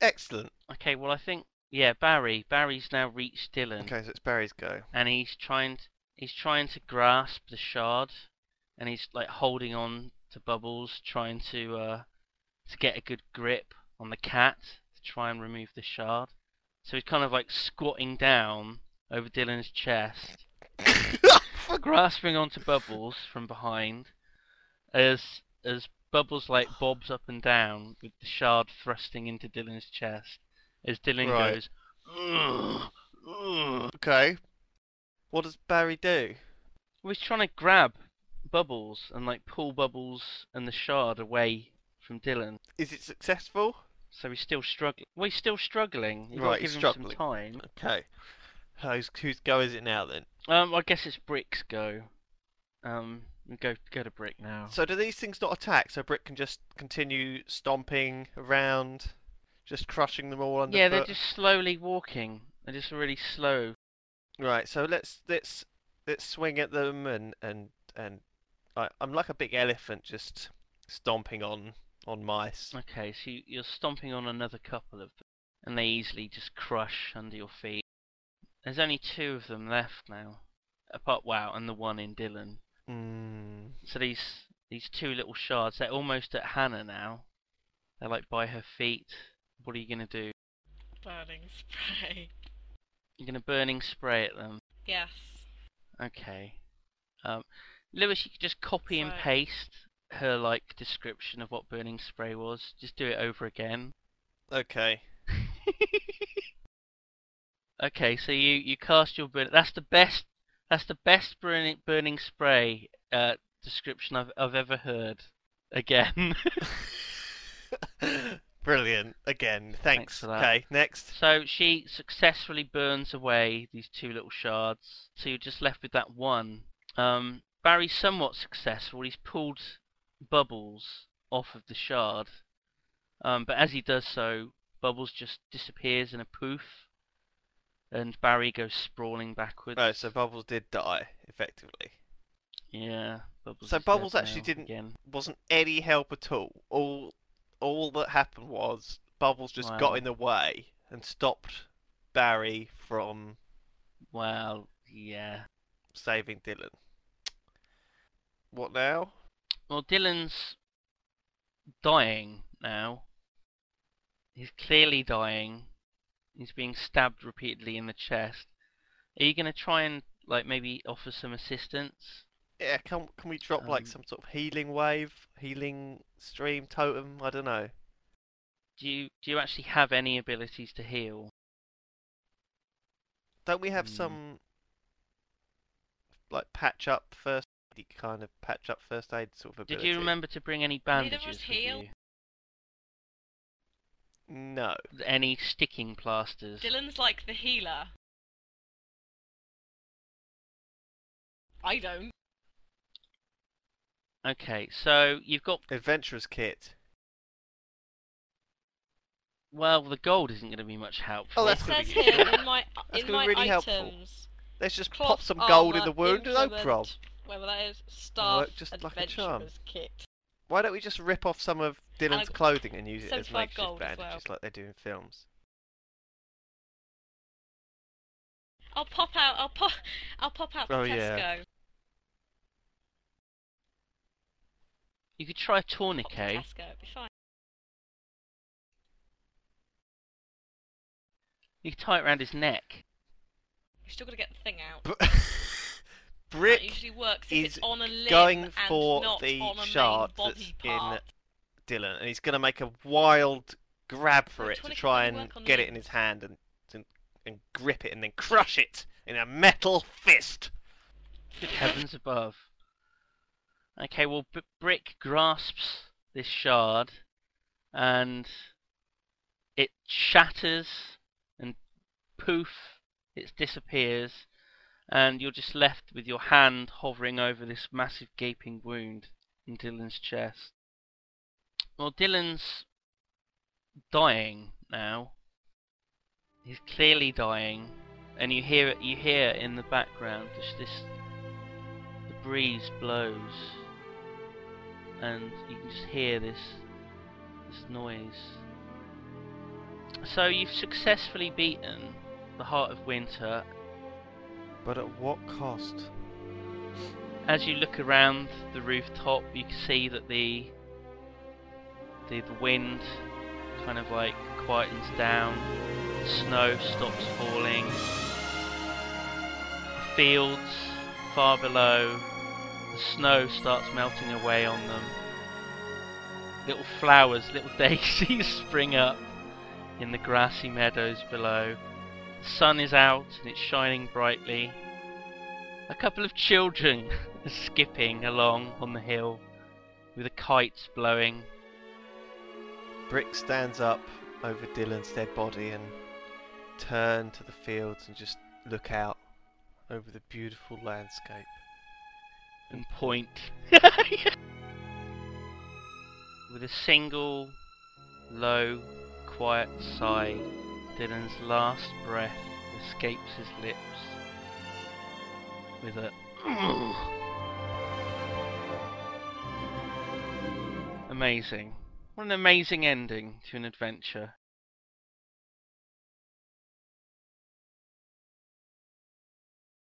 D: Excellent.
B: Okay, well I think yeah Barry Barry's now reached Dylan.
D: Okay, so it's Barry's go.
B: and he's trying to, he's trying to grasp the shard and he's like holding on to bubbles trying to uh to get a good grip on the cat to try and remove the shard so he's kind of like squatting down over Dylan's chest grasping onto bubbles from behind as as bubbles like bobs up and down with the shard thrusting into Dylan's chest as Dylan
D: Right.
B: goes
D: okay. What does Barry do?
B: well, he's trying to grab bubbles and like pull bubbles and the shard away from Dylan.
D: Is it successful?
B: So he's still struggling. Well, he's still struggling. You've got
D: Right,
B: to give
D: he's
B: him
D: struggling.
B: some time.
D: Okay. Who's whose go is it now then?
B: Um, I guess it's Brick's go. Um, we go go to Brick now.
D: So do these things not attack? So Brick can just continue stomping around, just crushing them all underfoot.
B: yeah, they're just slowly walking. They're just really slow.
D: Right, so let's let's let's swing at them and and and I, I'm like a big elephant just stomping on on mice.
B: Okay, so you- you're stomping on another couple of them, and they easily just crush under your feet. There's only two of them left now, apart wow, and the one in Dylan.
D: Mm.
B: So these these two little shards, they're almost at Hannah now. They're like by her feet. What are you gonna do?
C: Burning spray.
B: You're gonna burning spray at them.
C: Yes.
B: Okay. Um, Lewis, you could just copy and
C: Right.
B: paste her like description of what burning spray was. Just do it over again.
D: Okay.
B: Okay, so you you cast your burn. That's the best. That's the best burning burning spray uh, description I've I've ever heard. Again.
D: Brilliant. Again. Thanks.
B: for that.
D: Okay, next.
B: so she successfully burns away these two little shards. So you're just left with that one. Um, Barry's somewhat successful. He's pulled bubbles off of the shard, um, but as he does so, bubbles just disappears in a poof, and Barry goes sprawling backwards.
D: Right, so Bubbles did die, effectively.
B: Yeah, Bubbles.
D: So
B: is dead
D: Bubbles actually
B: now
D: didn't-
B: Again.
D: Wasn't any help at all. All all that happened was Bubbles just
B: Wow.
D: got in the way and stopped Barry from
B: Well, yeah.
D: saving Dylan. What now?
B: Well, Dylan's dying now. He's clearly dying. He's being stabbed repeatedly in the chest. Are you going to try and like maybe offer some assistance?
D: Yeah, can can we drop like
B: Um,
D: some sort of healing wave, healing stream totem? I don't know.
B: Do you do you actually have any abilities to heal?
D: Don't we have
B: Hmm.
D: some like patch up first aid kind of patch up first aid sort of
B: Did
D: ability?
B: you remember to bring any
C: Neither of
B: bandages?
C: us
B: with
C: heal.
D: No.
B: you? Any sticking plasters?
C: Dylan's like the healer. I don't.
B: Okay, so you've got
D: Adventurer's kit.
B: well, the gold isn't going to be much help.
D: Oh,
B: for
D: that's
B: you.
C: it says
D: gonna be
C: here in my
D: That's
C: in
D: gonna
C: my
D: be really helpful.
C: items.
D: Let's just
C: Cloth
D: pop some gold in
C: armor,
D: the wound, no
C: implement,
D: prob.
C: Whether that is staff,
D: just like a
C: adventurer's
D: charm.
C: kit.
D: Why don't we just rip off some of Dylan's
C: I've-
D: clothing and use it as
C: 75
D: makeshift
C: gold as well.
D: bandages like they do in films?
C: I'll pop out. I'll pop. I'll pop out to
D: Oh,
C: Tesco.
D: yeah.
B: You could try a
C: Pop to
B: tourniquet.
C: Tesco. It'll be fine.
B: You could tie it around his neck.
C: We've still got to get the thing out.
D: Br-
C: that
D: Brick
C: usually works if
D: is
C: it's on a limb
D: going
C: and
D: for
C: not
D: the
C: on a main
D: shard
C: body
D: that's in
C: part.
D: Dylan, and he's going to make a wild grab for
C: No,
D: it to
C: tourniquet
D: try
C: doesn't
D: and
C: work on
D: get it
C: limbs.
D: in his hand and, and and grip it and then crush it in a metal fist.
B: Good heavens above. Okay, well, B- Brick grasps this shard and it shatters and poof, it disappears, and you're just left with your hand hovering over this massive gaping wound in Dylan's chest. Well, Dylan's dying now. He's clearly dying, and you hear it. You hear in the background just this the breeze blows and you can just hear this this noise. So you've successfully beaten the heart of winter.
D: But at what cost?
B: As you look around the rooftop you can see that the the, the wind kind of like quietens down, the snow stops falling, the fields far below, the snow starts melting away on them. Little flowers, little daisies spring up in the grassy meadows below. The sun is out and it's shining brightly. A couple of children are skipping along on the hill with a kite blowing.
D: Brick stands up over Dylan's dead body and turn to the fields and just look out over the beautiful landscape.
B: and point with a single low quiet sigh dylan's last breath escapes his lips with a amazing what an amazing ending to an adventure